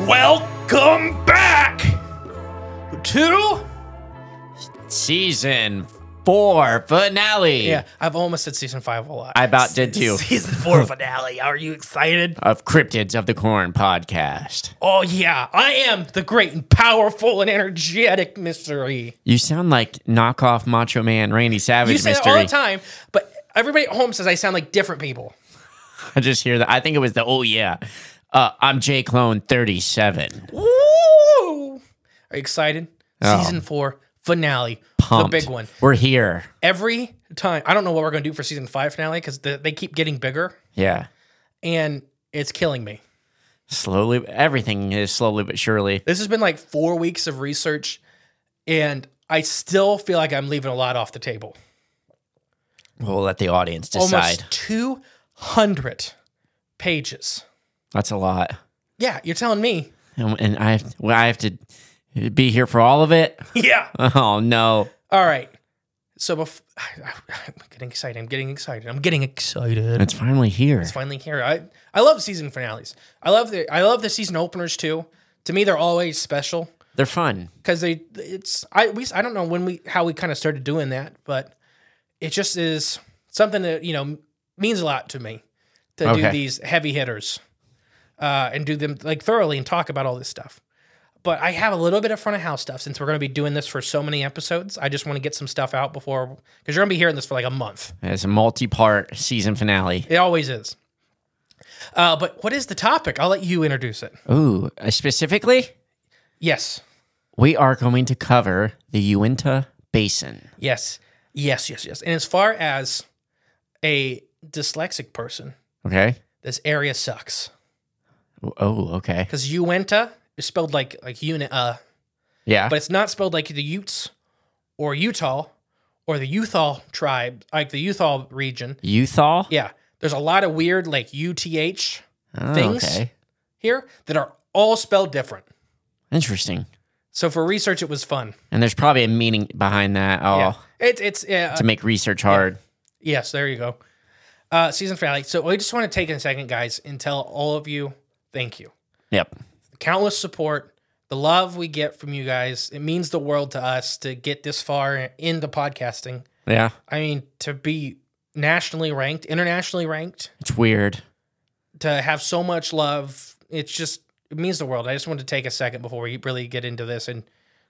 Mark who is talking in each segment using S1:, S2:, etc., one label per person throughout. S1: Welcome back to
S2: Season four finale.
S3: Yeah, I've almost said season five a lot.
S2: I about did too.
S4: Season four finale. Are you excited?
S2: Of Cryptids of the Corn podcast.
S3: Oh, yeah, I am the great and powerful and energetic mystery.
S2: You sound like knockoff Macho Man Randy Savage
S3: You say that
S2: mystery.
S3: all the time, but everybody at home says I sound like different people.
S2: I just hear that. I think it was the oh yeah. Uh, I'm Jay Clone 37.
S3: Woo! Are you excited?
S2: Oh.
S3: Season four finale,
S2: Pumped.
S3: the big one.
S2: We're here.
S3: Every time, I don't know what we're going to do for season five finale because they keep getting bigger,
S2: Yeah.
S3: and it's killing me.
S2: Slowly, everything is slowly but surely.
S3: This has been like four weeks of research, and I still feel like I'm leaving a lot off the table.
S2: We'll let the audience decide.
S3: Almost 200 pages.
S2: That's a lot.
S3: Yeah, you're telling me.
S2: And, and I, have, well, I have to be here for all of it.
S3: Yeah.
S2: Oh, no.
S3: All right. So bef- I, am getting excited. I'm getting excited. I'm getting excited.
S2: It's finally here.
S3: It's finally here. I, I love season finales. I love the I love the season openers too. To me, they're always special
S2: They're fun.
S3: because they it's I we I don't know when we how we kind of started doing that, but it just is something that you know means a lot to me to do
S2: Okay.
S3: these heavy hitters uh, and do them like thoroughly and talk about all this stuff. But I have a little bit of front of house stuff since we're going to be doing this for so many episodes. I just want to get some stuff out before because you're going to be hearing this for like a month.
S2: It's a multi part season finale.
S3: It always is. Uh, but what is the topic? I'll let you introduce it.
S2: Ooh, uh, specifically,
S3: Yes,
S2: we are going to cover the Uinta Basin.
S3: yes, yes, yes, yes. And as far as a dyslexic person,
S2: Okay.
S3: this area sucks
S2: Oh, okay.
S3: because Uinta is spelled like like unit uh,
S2: Yeah.
S3: but it's not spelled like the Utes or Utah or the Uthal tribe, like the Uthal region.
S2: Uthal?
S3: Yeah, there's a lot of weird like UTH
S2: Oh,
S3: things.
S2: Okay.
S3: here that are all spelled different.
S2: Interesting.
S3: So for research, it was fun.
S2: And there's probably a meaning behind that all
S3: Yeah, it, it's yeah,
S2: to make research hard.
S3: Yes, there you go. Uh, season finale. So we just want to take a second, guys, and tell all of you thank you.
S2: Yep.
S3: The countless support, the love we get from you guys. It means the world to us to get this far into podcasting.
S2: Yeah.
S3: I mean, to be nationally ranked, internationally ranked,
S2: It's weird.
S3: to have so much love, it's just it means the world. I just wanted to take a second before we really get into this and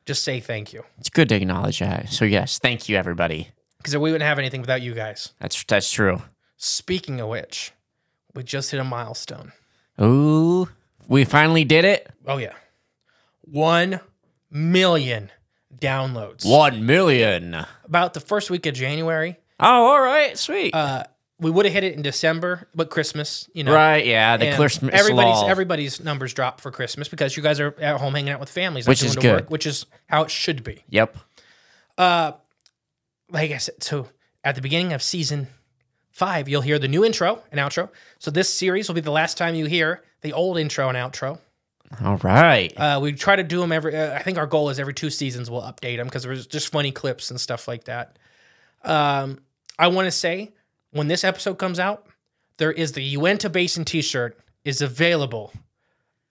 S3: just say thank you
S2: It's good to acknowledge that. So yes, thank you everybody.
S3: because we wouldn't have anything without you guys.
S2: That's that's true.
S3: Speaking of which, we just hit a milestone.
S2: Ooh. We finally did it.
S3: Oh yeah, one million downloads.
S2: One million. Oh,
S3: About the first week of January,
S2: all right. Sweet.
S3: uh, we would have hit it in December, but Christmas, you know,
S2: right, yeah. The
S3: and
S2: Christmas
S3: everybody's
S2: lull.
S3: everybody's numbers drop for Christmas because you guys are at home hanging out with families, not
S2: Which is
S3: doing
S2: good.
S3: work, which is how it should be.
S2: Yep.
S3: Uh, like I said, so at the beginning of season five, you'll hear the new intro and outro. So this series will be the last time you hear the old intro and outro.
S2: All right.
S3: Uh, we try to do them every. Uh, I think our goal is every two seasons we'll update them because there's just funny clips and stuff like that. Um, I want to say when this episode comes out, there is the Uinta Basin T-shirt is available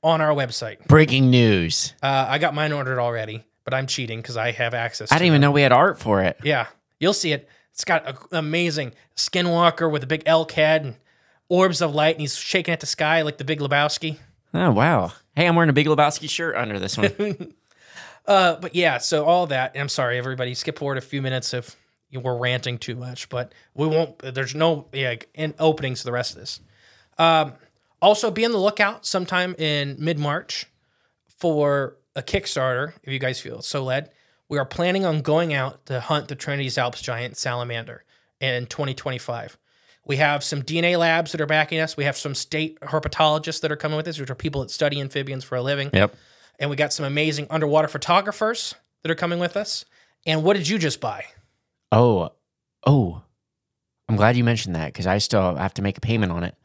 S3: on our website.
S2: Breaking news.
S3: Uh, I got mine ordered already, but I'm cheating because I have access.
S2: I didn't even know we had art for it.
S3: Yeah, you'll see it. It's got an amazing skinwalker with a big elk head and orbs of light, and he's shaking at the sky like the Big Lebowski.
S2: Oh wow. Hey, I'm wearing a Big Lebowski shirt under this one.
S3: Uh, but yeah, so all that. and I'm sorry, everybody. Skip forward a few minutes if you were ranting too much, but we won't. There's no yeah, in openings to the rest of this. Um, also, be on the lookout sometime in mid March for a Kickstarter. If you guys feel so led, we are planning on going out to hunt the Trinity's Alps giant salamander in 2025. We have some DNA labs that are backing us. We have some state herpetologists that are coming with us, which are people that study amphibians for a living
S2: yep.
S3: and we got some amazing underwater photographers that are coming with us. And what did you just buy?
S2: Oh, oh. I'm glad you mentioned that because I still have to make a payment on it.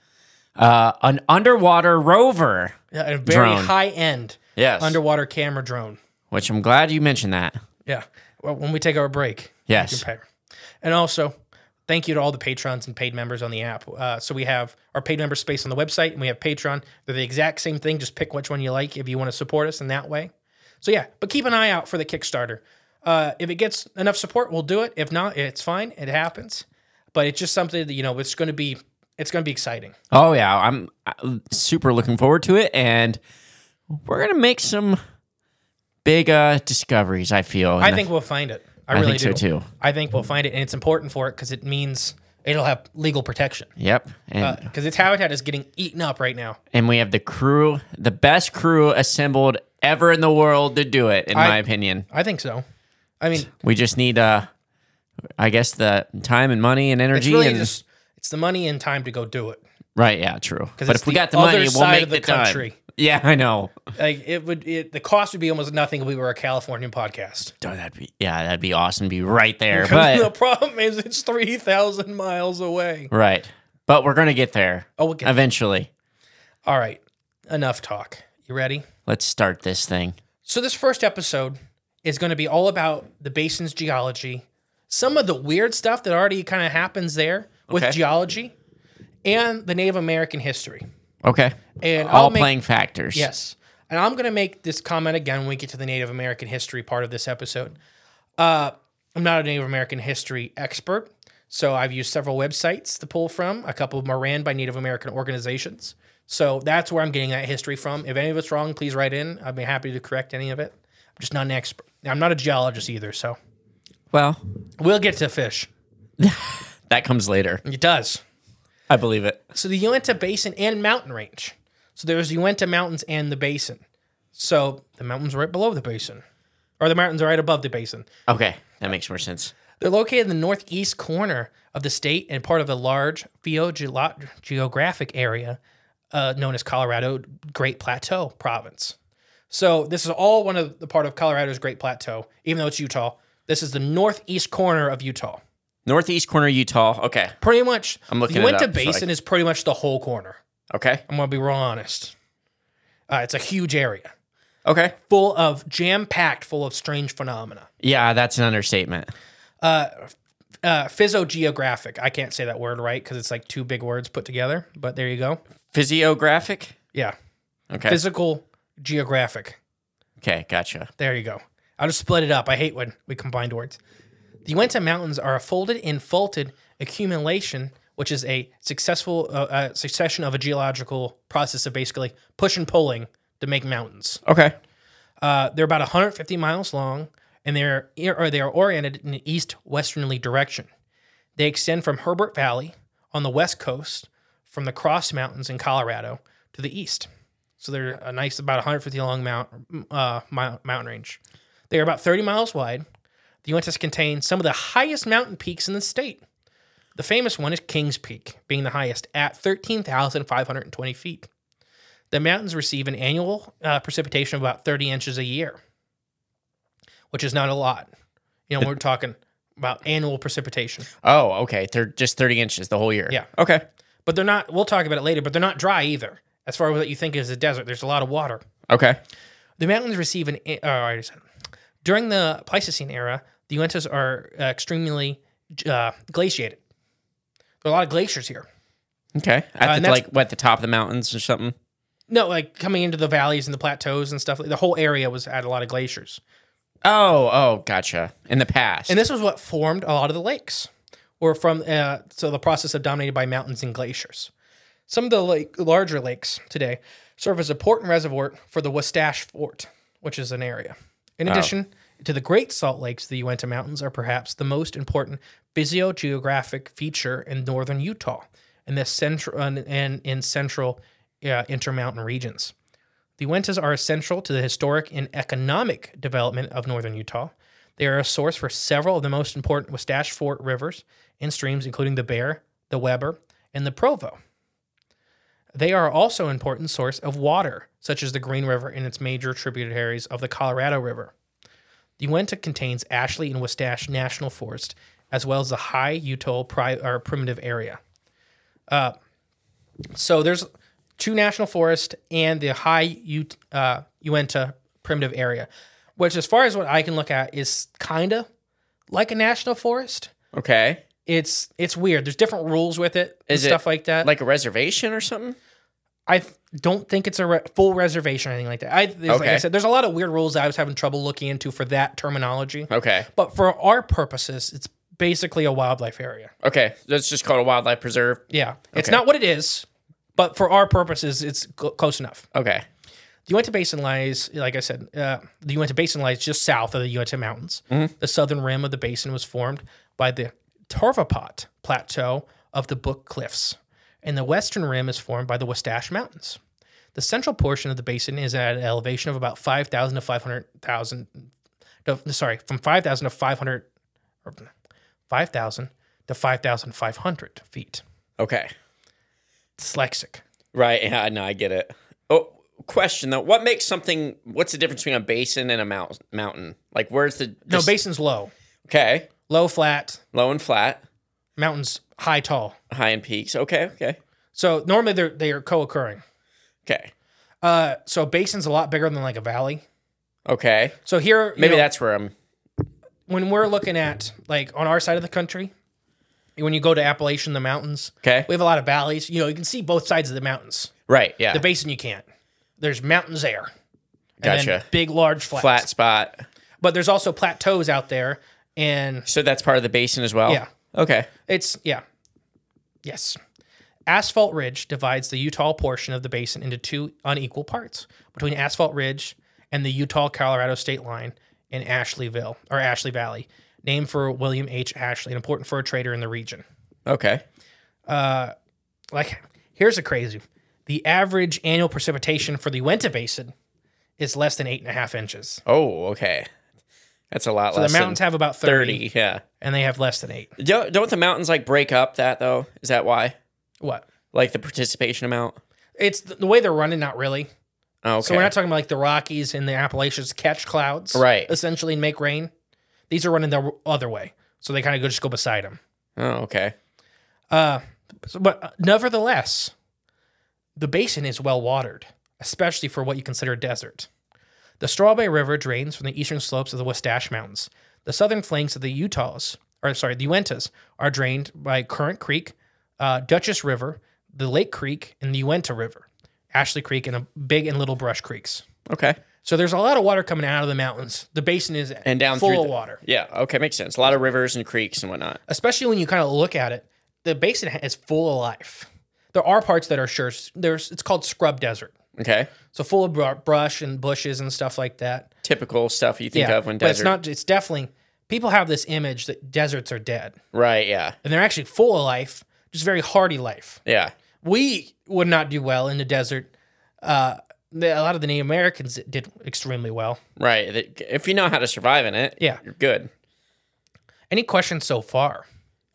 S2: Uh, an underwater rover.
S3: A very
S2: Drone.
S3: high end
S2: Yes.
S3: underwater camera drone.
S2: Which I'm glad you mentioned that.
S3: Yeah. Well, when we take our break.
S2: Yes.
S3: Okay. And also, thank you to all the patrons and paid members on the app. Uh, so we have our paid member space on the website, and we have Patreon. They're the exact same thing. Just pick which one you like if you want to support us in that way. So yeah, but keep an eye out for the Kickstarter. Uh, if it gets enough support, we'll do it. If not, it's fine. It happens. But it's just something that you know it's going to be it's going to be exciting.
S2: Oh yeah, I'm uh, super looking forward to it, and we're gonna make some big uh, discoveries. I feel.
S3: I think we'll find it. I,
S2: I
S3: really
S2: think so,
S3: do
S2: too.
S3: I think we'll find it, and it's important for it because it means it'll have legal protection.
S2: Yep. And
S3: Because its habitat is getting eaten up right now.
S2: and we have the crew, the best crew assembled ever in the world to do it, in
S3: I-
S2: my opinion.
S3: I think so. I mean,
S2: We just need, uh, I guess, the time and money and
S3: it's
S2: energy.
S3: really
S2: and,
S3: just it's the money and time to go do it.
S2: right, yeah, true. But
S3: it's
S2: if we
S3: the
S2: got the
S3: other
S2: money, we'll
S3: side
S2: make
S3: of the
S2: the, time.
S3: country.
S2: Yeah, I know.
S3: Like it would, it, the cost would be almost nothing if we were a Californian podcast.
S2: Don't that be? Yeah, that'd be awesome. to Be right there,
S3: the
S2: but
S3: problem is it's three thousand miles away.
S2: right. But we're gonna get there
S3: Oh, we'll get there.
S2: eventually.
S3: All right, enough talk. You ready?
S2: Let's start this thing.
S3: So this first episode is going to be all about the basin's geology, some of the weird stuff that already kind of happens there with
S2: Okay.
S3: geology, and the Native American history.
S2: Okay.
S3: And I'll
S2: All
S3: make-
S2: playing factors.
S3: Yes. And I'm going to make this comment again when we get to the Native American history part of this episode. Uh, I'm not a Native American history expert, so I've used several websites to pull from. A couple of them are ran by Native American organizations. So that's where I'm getting that history from. If any of it's wrong, please write in. I'd be happy to correct any of it. I'm just not an expert. I'm not a geologist either, so
S2: Well,
S3: we'll get to fish.
S2: that comes later.
S3: It does.
S2: I believe it.
S3: So the Uinta Basin and mountain range. So there's Uinta Mountains and the basin. So the mountains are right below the basin, or the mountains are right above the basin.
S2: Okay, that makes more sense.
S3: They're located in the northeast corner of the state and part of a large phylogeolo- geographic area uh, known as Colorado Great Plateau Province. So this is all one of the part of Colorado's Great Plateau, even though it's Utah. This is the northeast corner of Utah.
S2: Northeast corner, Utah. Okay.
S3: Pretty much,
S2: I'm looking
S3: the
S2: it
S3: Uinta
S2: up, so I-
S3: Basin is pretty much the whole corner.
S2: Okay.
S3: I'm gonna be real honest. Uh, it's a huge area,
S2: Okay.
S3: full of jam-packed, full of strange phenomena.
S2: Yeah, that's an understatement.
S3: Uh, physogeographic. I can't say that word right because it's like two big words put together. But there you go.
S2: Physiographic.
S3: Yeah,
S2: Okay.
S3: physical geographic.
S2: okay, gotcha.
S3: There you go. I'll just split it up. I hate when we combine words. The Uinta Mountains are a folded and faulted accumulation, which is a successful uh, uh, succession of a geological process of basically push and pulling to make mountains.
S2: Okay.
S3: Uh, they're about 150 miles long, and they're or they are oriented in an east-westerly direction. They extend from Herbert Valley on the west coast, from the Cross Mountains in Colorado to the east. So they're a nice, about 150 long mount uh, mile, mountain range. They are about 30 miles wide. The Uintas contain some of the highest mountain peaks in the state. The famous one is Kings Peak, being the highest at 13,520 feet. The mountains receive an annual uh, precipitation of about 30 inches a year, which is not a lot. You know, we're talking about annual precipitation,
S2: Oh, okay. They're just thirty inches the whole year.
S3: Yeah.
S2: Okay.
S3: but they're not, we'll talk about it later, but they're not dry either. As far as what you think is a desert, there's a lot of water.
S2: Okay.
S3: The mountains receive an. Oh, I already said. During the Pleistocene era, the Uintas are uh, extremely uh, glaciated. There are a lot of glaciers here.
S2: Okay. At
S3: Uh, and
S2: the,
S3: that's-
S2: like what the top of the mountains or something.
S3: No, like coming into the valleys and the plateaus and stuff. The whole area was at a lot of glaciers.
S2: Oh, oh, gotcha. In the past.
S3: And this was what formed a lot of the lakes, were from uh, so the process of dominated by mountains and glaciers. Some of the lake, larger lakes today serve as a port and reservoir for the Wastache Fort, which is an area. In addition to the Great Salt Lakes, the Uinta Mountains are perhaps the most important physiogeographic feature in northern Utah and the central and in central uh, intermountain regions. The Uintas are essential to the historic and economic development of northern Utah. They are a source for several of the most important Wastache Fort rivers and streams, including the Bear, the Weber, and the Provo. They are also an important source of water, such as the Green River and its major tributaries of the Colorado River. The Uinta contains Ashley and Wastache National Forest, as well as the High Utah pri- or Primitive Area. So there's two national forest and the high Ut- uh, Uinta primitive area, which, as far as what I can look at, is kind of like a national forest.
S2: okay.
S3: It's it's weird. There's different rules with it and
S2: Is it
S3: stuff like that.
S2: Uh, Like a reservation or something?
S3: I th- don't think it's a re- full reservation or anything like that. I there's, like I
S2: Okay.
S3: said, there's a lot of weird rules I was having trouble looking into for that terminology.
S2: Okay.
S3: But for our purposes, it's basically a wildlife area.
S2: Okay. That's just called a wildlife preserve.
S3: Yeah, it's
S2: Okay.
S3: not what it is, but for our purposes, it's cl- close enough.
S2: Okay.
S3: The Uinta Basin lies, like I said, uh, the Uinta Basin lies just south of the Uinta Mountains. The southern rim of the basin was formed by the Torvapot Plateau of the Book Cliffs, and the western rim is formed by the Wastache Mountains. The central portion of the basin is at an elevation of about 5,000 to 500,000, to- sorry, from 5,000 to 500, or 5,000 to 5,500 feet.
S2: Okay.
S3: Dyslexic.
S2: Right. Yeah. No, I get it. Oh, question though. What makes something? What's the difference between a basin and a mount, mountain? Like, where's the?
S3: No,
S2: just-
S3: basin's low,
S2: Okay.
S3: low, flat,
S2: Low and flat,
S3: mountains high, tall.
S2: high and peaks. Okay. Okay.
S3: So normally they're they are co-occurring.
S2: Okay.
S3: Uh, so a basin's a lot bigger than like a valley.
S2: Okay.
S3: So here, you
S2: Maybe
S3: know,
S2: that's where I'm.
S3: when we're looking at like on our side of the country. When you go to Appalachian, the mountains,
S2: Okay.
S3: we have a lot of valleys. You know, you can see both sides of the mountains.
S2: Right. Yeah.
S3: The basin, you can't. There's mountains there. And then
S2: gotcha.
S3: big, large flats.
S2: Flat spot.
S3: But there's also plateaus out there, and
S2: So that's part of the basin as well.
S3: Yeah.
S2: Okay.
S3: It's yeah. Yes. Asphalt Ridge divides the Utah portion of the basin into two unequal parts between Asphalt Ridge and the Utah Colorado state line in Ashleyville or Ashley Valley, named for William H. Ashley, an important fur trader in the region.
S2: Okay.
S3: Like, here's a crazy the average annual precipitation for the Uinta Basin is less than eight and a half inches.
S2: Oh, okay. That's a lot
S3: So
S2: less.
S3: the mountains
S2: than
S3: have about 30,
S2: 30. Yeah.
S3: and they have less than eight.
S2: Don't, don't the mountains like break up that though? Is that why?
S3: What?
S2: Like the participation amount?
S3: It's the, the way they're running, not really.
S2: Oh, okay.
S3: So we're not talking about like the Rockies and the Appalachians catch clouds,
S2: Right.
S3: Essentially, and make rain. These are running the other way, so they kind of go just go beside them.
S2: oh, okay.
S3: Uh, so- but uh, nevertheless, the basin is well watered, especially for what you consider desert. The Strawberry River drains from the eastern slopes of the Wastache Mountains. The southern flanks of the Utahs, or sorry, the Uintas, are drained by Current Creek, uh, Dutchess River, the Lake Creek, and the Uinta River, Ashley Creek, and a Big and Little Brush Creeks.
S2: Okay.
S3: So there's a lot of water coming out of the mountains. The basin is
S2: And down
S3: full
S2: through
S3: of
S2: the-
S3: water,
S2: Yeah. Okay. Makes sense. A lot of rivers and creeks and whatnot.
S3: especially when you kind of look at it. The basin ha- is full of life. There are parts that are sure there's. It's called scrub desert,
S2: Okay.
S3: so full of br- brush and bushes and stuff like that.
S2: Typical stuff you think
S3: yeah,
S2: of when
S3: but
S2: desert.
S3: it's not. It's definitely people have this image that deserts are dead,
S2: right. Yeah.
S3: and they're actually full of life, just very hardy life.
S2: Yeah.
S3: We would not do well in the desert. Uh, the, a lot of the Native Americans did extremely well.
S2: Right. That- If you know how to survive in it,
S3: Yeah.
S2: you're good.
S3: Any questions so far?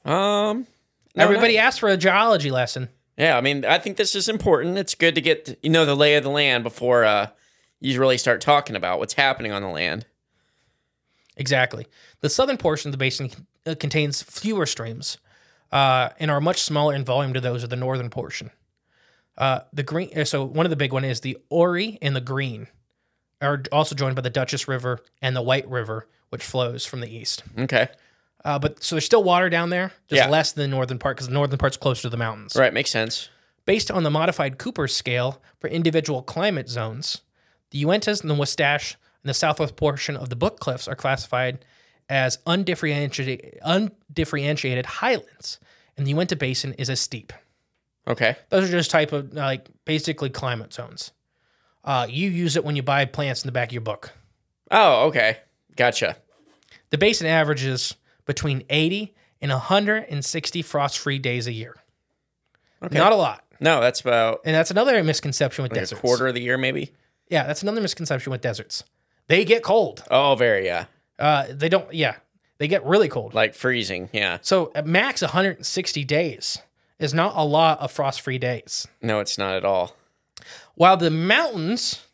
S2: Um. no,
S3: Everybody
S2: not-
S3: asked for a geology lesson.
S2: Yeah. I mean, I think this is important. It's good to get you know the lay of the land before uh you really start talking about what's happening on the land.
S3: Exactly. The southern portion of the basin uh, contains fewer streams uh, and are much smaller in volume to those of the northern portion. Uh, the green, uh, so one of the big one is the Ori and the Green, are also joined by the Dutchess River and the White River, which flows from the east.
S2: Okay.
S3: Uh, but so there's still water down there, just
S2: Yeah.
S3: less than the northern part because the northern part's closer to the mountains.
S2: Right. Makes sense.
S3: Based on the modified Cooper scale for individual climate zones, the Uintas and the Wastache and the southwest portion of the Book Cliffs are classified as undifferentiated, undifferentiated highlands, and the Uinta Basin is a steep.
S2: Okay.
S3: Those are just type of uh, like basically climate zones. Uh, you use it when you buy plants in the back of your book.
S2: Oh, okay. Gotcha.
S3: The basin averages between 80 and 160 frost-free days a year. Not a lot,
S2: No, that's about
S3: and that's another misconception with
S2: like a
S3: deserts.
S2: quarter of the year, maybe.
S3: Yeah, that's another misconception with deserts. They get cold.
S2: Oh, very yeah,
S3: Uh, they don't. Yeah, they get really cold.
S2: like freezing. Yeah.
S3: So at max 160 days is not a lot of frost-free days.
S2: No, it's not at all.
S3: While the mountains,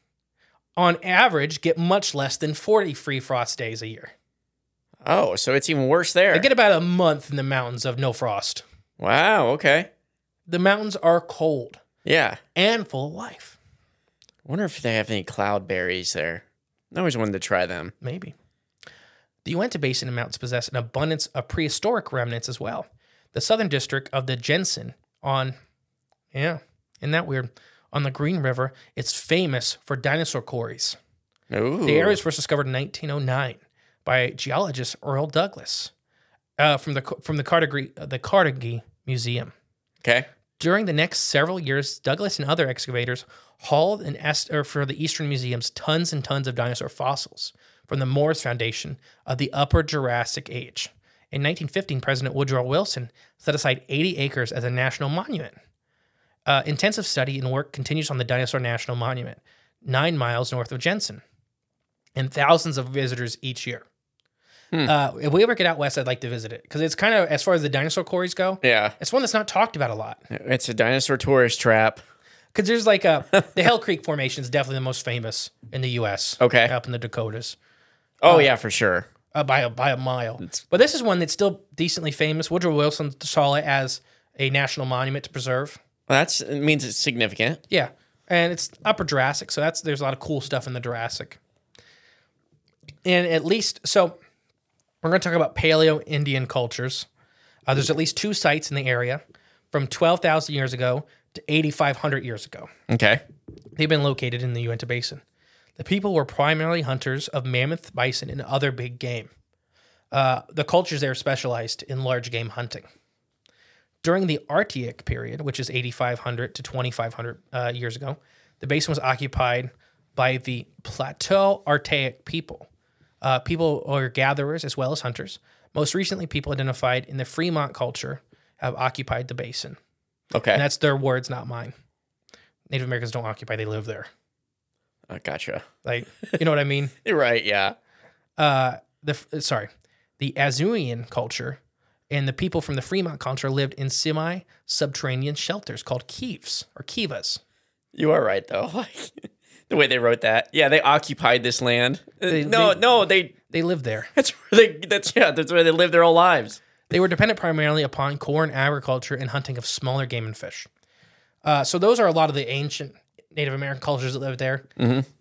S3: on average, get much less than 40 free frost days a year.
S2: Oh, so it's even worse there.
S3: They get about a month in the mountains of no frost.
S2: wow. Okay.
S3: The mountains are cold
S2: Yeah.
S3: and full of life.
S2: Wonder if they have any cloud berries there. I always wanted to try them.
S3: Maybe. The Uinta Basin and mountains possess an abundance of prehistoric remnants as well. The southern district of the Jensen on, yeah, isn't that weird? On the Green River, it's famous for dinosaur quarries.
S2: Ooh.
S3: The area was first discovered in 1909 by geologist Earl Douglas uh, from the from the Carnegie the Carnegie Museum.
S2: Okay.
S3: During the next several years, Douglas and other excavators hauled and asked or for the Eastern Museum's tons and tons of dinosaur fossils from the Morris Foundation of the Upper Jurassic Age. In 1915, President Woodrow Wilson set aside 80 acres as a national monument. Uh, intensive study and work continues on the Dinosaur National Monument, nine miles north of Jensen, and thousands of visitors each year. Uh, if we ever get out west, I'd like to visit it because it's kind of, as far as the dinosaur quarries go,
S2: Yeah.
S3: it's one that's not talked about a lot.
S2: It's a dinosaur tourist trap.
S3: Because there's like a the Hell Creek Formation is definitely the most famous in the U.S.
S2: Okay.
S3: up in the Dakotas
S2: Oh yeah, for sure.
S3: uh, by a by a mile. but this is one that's still decently famous. Woodrow Wilson saw it as a national monument to preserve.
S2: That's it means it's significant.
S3: Yeah, and it's Upper Jurassic, so that's there's a lot of cool stuff in the Jurassic. And at least so, we're going to talk about Paleo Indian cultures. Uh, there's at least two sites in the area, from twelve thousand years ago to eighty five hundred years ago.
S2: Okay.
S3: They've been located in the Uinta Basin. The people were primarily hunters of mammoth, bison, and other big game. Uh, the cultures there specialized in large game hunting. During the Archaic period, which is 8,500 to 2,500 uh, years ago, the basin was occupied by the Plateau Archaic people. Uh, people are gatherers as well as hunters. Most recently, people identified in the Fremont culture have occupied the basin. And
S2: Okay.
S3: that's their words, not mine. Native Americans don't occupy, they live there.
S2: Oh, gotcha.
S3: Like, you know what I mean?
S2: You're right. Yeah.
S3: Uh, the f- sorry, the Azuian culture and the people from the Fremont culture lived in semi-subterranean shelters called kives or kivas.
S2: You are right though. Like the way they wrote that. Yeah, they occupied this land. Uh,
S3: They-
S2: no,
S3: they-
S2: no, they.
S3: They lived there.
S2: That's where they. That's yeah. That's where they lived their whole lives.
S3: They were dependent primarily upon corn agriculture and hunting of smaller game and fish. Uh, so those are a lot of the ancient Native American cultures that lived there.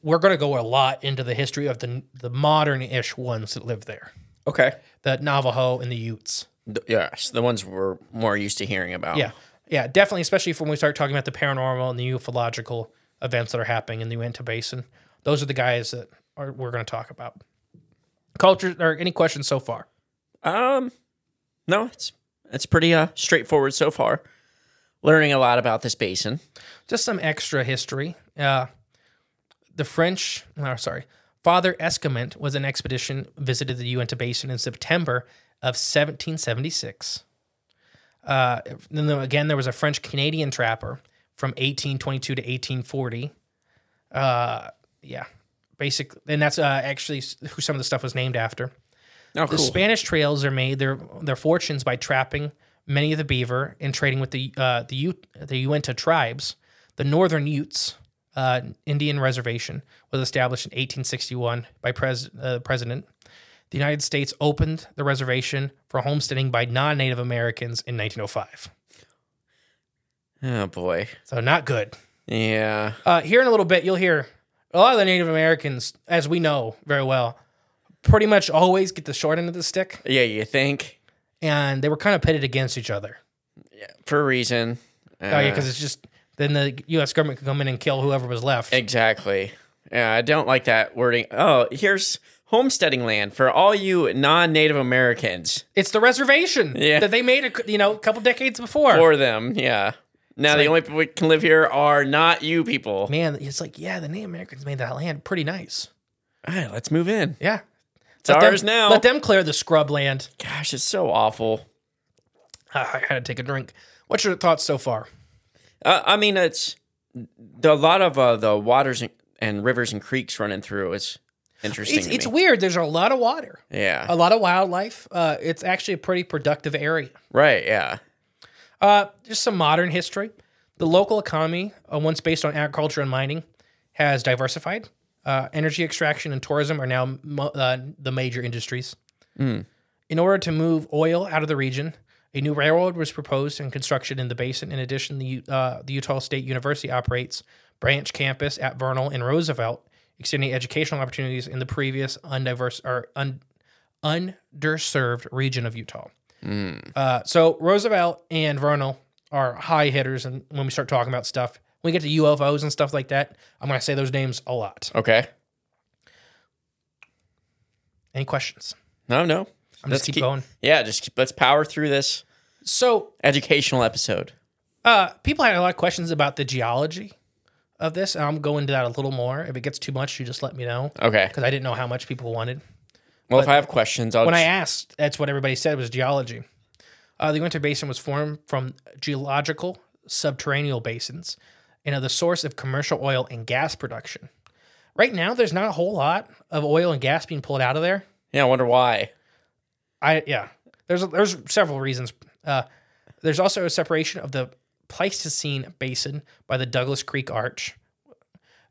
S3: We're going to go a lot into the history of the the modern-ish ones that live there,
S2: Okay.
S3: the Navajo and the Utes.
S2: Th- yes, the ones we're more used to hearing about.
S3: Yeah. Yeah, definitely, especially when we start talking about the paranormal and the ufological events that are happening in the Uinta Basin. Those are the guys that are, we're going to talk about. Culture or any questions so far?
S2: Um, no, it's it's pretty uh straightforward so far. Learning a lot about this basin.
S3: Just some extra history. Uh, the French, oh, sorry, Father Escament was an expedition visited the Uinta Basin in September of 1776. Uh, then there- again, there was a French Canadian trapper from 1822 to 1840. Uh, yeah, basic, and that's uh, actually s- who some of the stuff was named after.
S2: Oh,
S3: The Spanish trails are made their their fortunes by trapping many of the beaver and trading with the uh, the Ute, the Uinta tribes. The Northern Utes uh, Indian Reservation was established in 1861 by pres- uh, President. The United States opened the reservation for homesteading by non-Native Americans in 1905.
S2: oh boy.
S3: So not good.
S2: Yeah.
S3: Uh, here in a little bit, you'll hear a lot of the Native Americans, as we know very well, pretty much always get the short end of the stick,
S2: Yeah, you think
S3: and they were kind of pitted against each other.
S2: for a reason. Uh,
S3: Oh yeah, because it's just then the U.S. government could come in and kill whoever was left.
S2: exactly. Yeah, I don't like that wording. Oh, here's homesteading land for all you non-Native Americans
S3: It's the reservation
S2: Yeah.
S3: that they made, a, cou- you know, a couple decades before.
S2: for them. Yeah. Now the only people who can live here are not you people.
S3: Man, it's like, yeah, the Native Americans made that land pretty nice.
S2: All right, let's move in.
S3: Yeah.
S2: It's ours
S3: them,
S2: now.
S3: Let them clear the scrub land.
S2: Gosh, it's so awful.
S3: Ah, I had to take a drink. What's your thoughts so far?
S2: Uh, I mean, it's the, a lot of uh, the waters and, and rivers and creeks running through is interesting.
S3: It's,
S2: to
S3: it's
S2: me.
S3: weird. There's a lot of water,
S2: Yeah.
S3: a lot of wildlife. Uh, it's actually a pretty productive area.
S2: right. Yeah.
S3: Uh, just some modern history. The local economy, uh, once based on agriculture and mining, has diversified. Uh, energy extraction and tourism are now mo- uh, the major industries. In order to move oil out of the region, a new railroad was proposed and construction in the basin. In addition, the, U- uh, the Utah State University operates branch campus at Vernal and Roosevelt, extending educational opportunities in the previous undiverse or un- underserved region of Utah. Uh, so Roosevelt and Vernal are high hitters, and when we start talking about stuff, when we get to UFOs and stuff like that, I'm going to say those names a lot.
S2: Okay.
S3: Any questions?
S2: No, no.
S3: I'm just keep, going.
S2: Yeah, just keep, let's power through this
S3: So
S2: educational episode.
S3: uh, people had a lot of questions about the geology of this, and I'm going into that a little more. If it gets too much, you just let me know
S2: Okay.
S3: because I didn't know how much people wanted.
S2: Well, if I have questions, I'll
S3: When I
S2: just,
S3: asked, that's what everybody said was geology. Uh, the Uinta Basin was formed from geological subterranean basins and are the source of commercial oil and gas production. Right now, there's not a whole lot of oil and gas being pulled out of there.
S2: yeah, I wonder why.
S3: I yeah, there's there's several reasons. Uh, there's also a separation of the Pleistocene basin by the Douglas Creek Arch.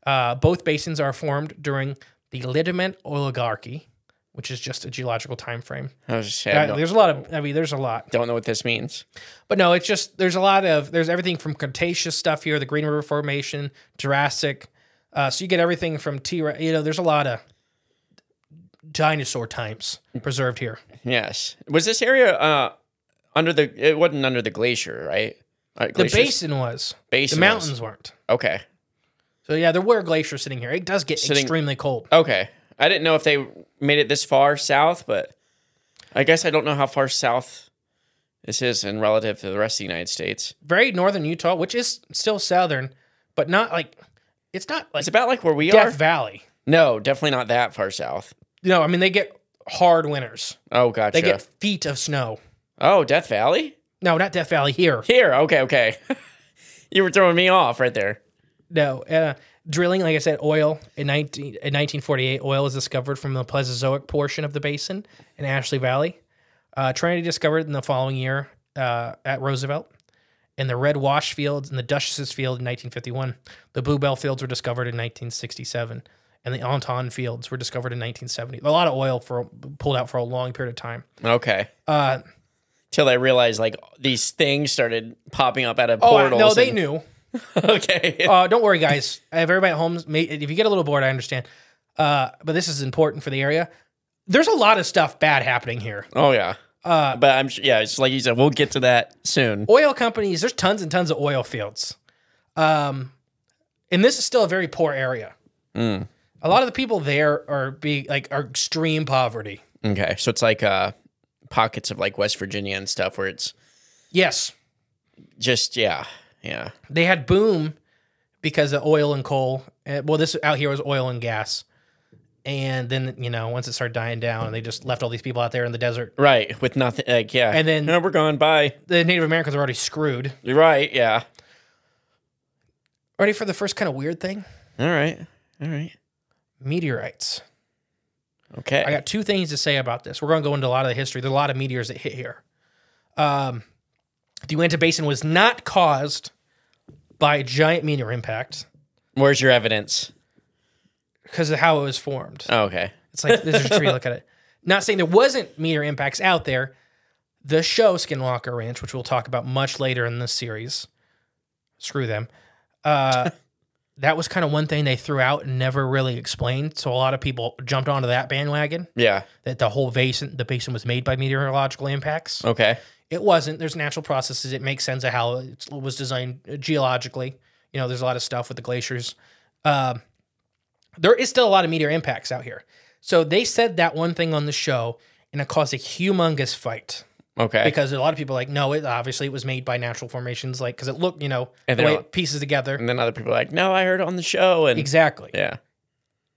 S3: Uh, both basins are formed during the Lidiment Oligarchy, which is just a geological time frame.
S2: I was just
S3: Uh,
S2: saying,
S3: There's a lot of, I mean, there's a lot.
S2: don't know what this means.
S3: But no, it's just, there's a lot of, there's everything from Cretaceous stuff here, the Green River Formation, Jurassic. Uh, so you get everything from T, you know, there's a lot of dinosaur times preserved here.
S2: Yes. Was this area uh, under the? It wasn't under the glacier, right? Uh,
S3: The
S2: glaciers-
S3: basin was,
S2: Basin
S3: the
S2: was.
S3: mountains weren't.
S2: Okay.
S3: So yeah, there were glaciers sitting here. It does get
S2: Sitting-
S3: extremely cold.
S2: Okay. I didn't know if they made it this far south, but I guess I don't know how far south this is in relative to the rest of the United States.
S3: Very northern Utah, which is still southern, but not like, it's not like
S2: It's about like where we
S3: Death
S2: are.
S3: Valley.
S2: no, definitely not that far south.
S3: No, I mean, they get hard winters.
S2: Oh, gotcha.
S3: They get feet of snow.
S2: oh, Death Valley.
S3: No, not Death Valley here.
S2: Here, okay, okay. you were throwing me off right there.
S3: No, uh, drilling, like I said, oil in 19, in 1948, oil was discovered from the Plesiozoic portion of the basin in Ashley Valley. Uh, Trinity discovered it in the following year uh, at Roosevelt. In the Red Wash Fields and the Duchess's Field in 1951, the Bluebell Fields were discovered in 1967, and the Anton Fields were discovered in 1970. A lot of oil for pulled out for a long period of time.
S2: Okay.
S3: Uh,
S2: Till I realized like these things started popping up out of
S3: oh I-
S2: portals.
S3: no, they
S2: and-
S3: knew.
S2: okay.
S3: Uh, don't worry, guys. I have everybody at home. May- If you get a little bored, I understand. Uh, but this is important for the area. There's a lot of stuff bad happening here.
S2: oh yeah. Uh, but I'm su- yeah, it's like you said, we'll get to that soon.
S3: Oil companies. There's tons and tons of oil fields. Um, and this is still a very poor area. A lot of the people there are be like are extreme poverty.
S2: Okay. So it's like uh pockets of like West Virginia and stuff where it's
S3: Yes,
S2: just yeah. Yeah.
S3: they had boom because of oil and coal. Uh, Well, this out here was oil and gas. And then you know, once it started dying down, they just left all these people out there in the desert.
S2: Right. With nothing like yeah.
S3: And then-
S2: no, we're gone. Bye.
S3: The Native Americans are already screwed.
S2: You're right, yeah.
S3: Ready for the first kind of weird thing?
S2: All right. All right.
S3: Meteorites.
S2: Okay.
S3: I got two things to say about this. We're going to go into a lot of the history. There's a lot of meteors that hit here. Um, the Uinta Basin was not caused by a giant meteor impact
S2: Where's your evidence?
S3: because of how it was formed.
S2: Oh, okay.
S3: It's like this is a tree. Look at it. Not saying there wasn't meteor impacts out there. The show Skinwalker Ranch, which we'll talk about much later in this series, screw them. Uh, that was kind of one thing they threw out and never really explained. So a lot of people jumped onto that bandwagon
S2: Yeah.
S3: that the whole basin, the basin was made by meteorological impacts.
S2: Okay.
S3: It wasn't. There's natural processes. It makes sense of how it uh, was designed geologically. You know, there's a lot of stuff with the glaciers. Um there is still a lot of meteor impacts out here. So they said that one thing on the show, and it caused a humongous fight
S2: Okay.
S3: because a lot of people are like, no, it obviously it was made by natural formations, like because it looked, you know,
S2: And
S3: the
S2: they're
S3: way
S2: all-
S3: it pieces together.
S2: and then other people are like, no, I heard it on the show. And
S3: Exactly.
S2: yeah.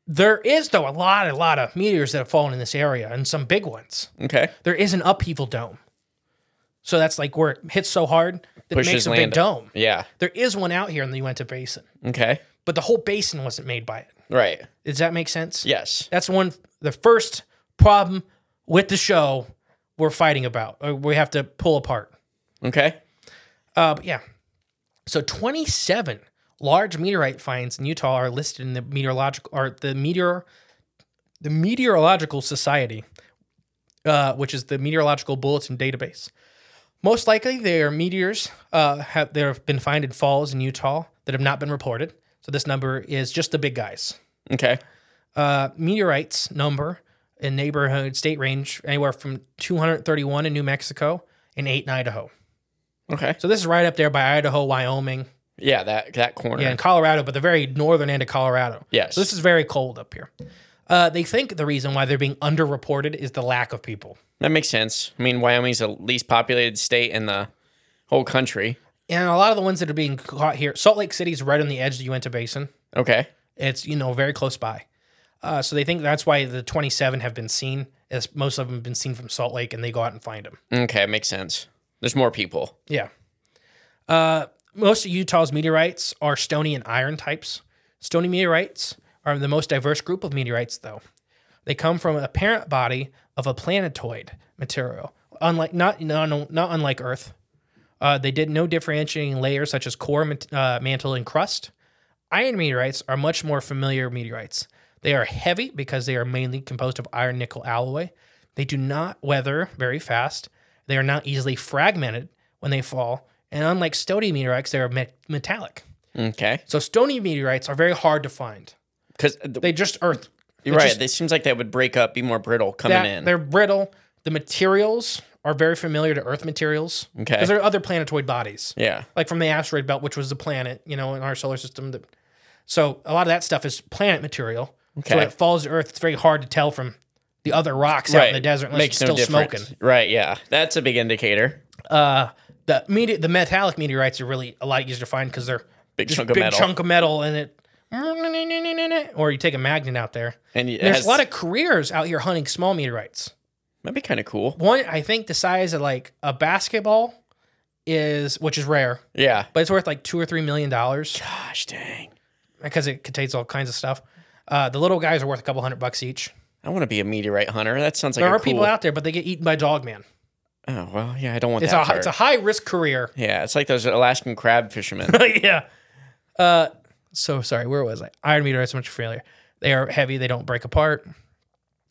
S3: There is though a lot, a lot of meteors that have fallen in this area, and some big ones.
S2: Okay.
S3: There is an upheaval dome, so that's like where it hits so hard that it
S2: Pushes
S3: makes a
S2: land
S3: big dome.
S2: Yeah.
S3: There is one out here in the Uinta Basin,
S2: Okay.
S3: but the whole basin wasn't made by it.
S2: Right.
S3: Does that make sense?
S2: Yes.
S3: That's one the first problem with the show we're fighting about. Or we have to pull apart.
S2: Okay.
S3: Uh, but yeah. So 27 large meteorite finds in Utah are listed in the meteorological or the meteor the meteorological society, uh, which is the meteorological bulletin database. Most likely, they are meteors uh, have there have been found in falls in Utah that have not been reported. So this number is just the big guys.
S2: Okay.
S3: uh, meteorites number in neighborhood state range anywhere from 231 in New Mexico and eight in Idaho.
S2: Okay.
S3: So this is right up there by Idaho, Wyoming,
S2: Yeah. That that corner.
S3: yeah, and Colorado, but the very northern end of Colorado.
S2: Yes.
S3: So this is very cold up here. Uh, they think the reason why they're being underreported is the lack of people.
S2: That makes sense. I mean, Wyoming's the least populated state in the whole country.
S3: And a lot of the ones that are being caught here, Salt Lake City's right on the edge of the Uinta Basin.
S2: Okay.
S3: It's you know very close by, uh, so they think that's why the 27 have been seen. As most of them have been seen from Salt Lake, and they go out and find them.
S2: Okay. Makes sense. There's more people.
S3: Yeah. Uh, most of Utah's meteorites are stony and iron types. Stony meteorites are the most diverse group of meteorites, though. They come from a parent body of a planetoid material, unlike not no, no, not unlike Earth. Uh, they did no differentiating layers such as core, mant- uh, mantle, and crust. Iron meteorites are much more familiar meteorites. They are heavy because they are mainly composed of iron nickel alloy. They do not weather very fast. They are not easily fragmented when they fall. And unlike stony meteorites, they are me- metallic.
S2: Okay.
S3: So stony meteorites are very hard to find.
S2: Because
S3: They just earth.
S2: you're right. it seems like they would break up, be more brittle coming
S3: that-
S2: in.
S3: They're brittle. The materials are very familiar to Earth materials.
S2: Okay.
S3: Because they're other planetoid bodies.
S2: Yeah.
S3: Like from the asteroid belt, which was the planet, you know, in our solar system. That, so a lot of that stuff is planet material. So
S2: Okay.
S3: when it falls to Earth, it's very hard to tell from the other rocks out in the desert unless it's still smoking.
S2: Right. Yeah. That's a big indicator.
S3: The mete- the metallic meteorites are really a lot easier to find because they're
S2: Big
S3: just
S2: chunk of
S3: big
S2: metal.
S3: chunk of metal and it or you take a magnet out there.
S2: And it
S3: there's
S2: has-
S3: a lot of careers out here hunting small meteorites.
S2: That'd be kind of cool.
S3: One I think the size of like a basketball is which is rare,
S2: Yeah.
S3: but it's worth like two or three million dollars
S2: Gosh dang.
S3: because it contains all kinds of stuff. Uh, the little guys are worth a couple hundred bucks each.
S2: I want to be a meteorite hunter. That sounds like
S3: There
S2: a
S3: are
S2: cool...
S3: people out there, but they get eaten by dog man.
S2: Oh well, yeah. I don't want
S3: It's
S2: that.
S3: a it's a
S2: part.
S3: high risk career.
S2: Yeah. It's like those Alaskan crab fishermen.
S3: yeah. Uh, so sorry, where was I? Iron meteorites are much familiar. They are heavy. They don't break apart.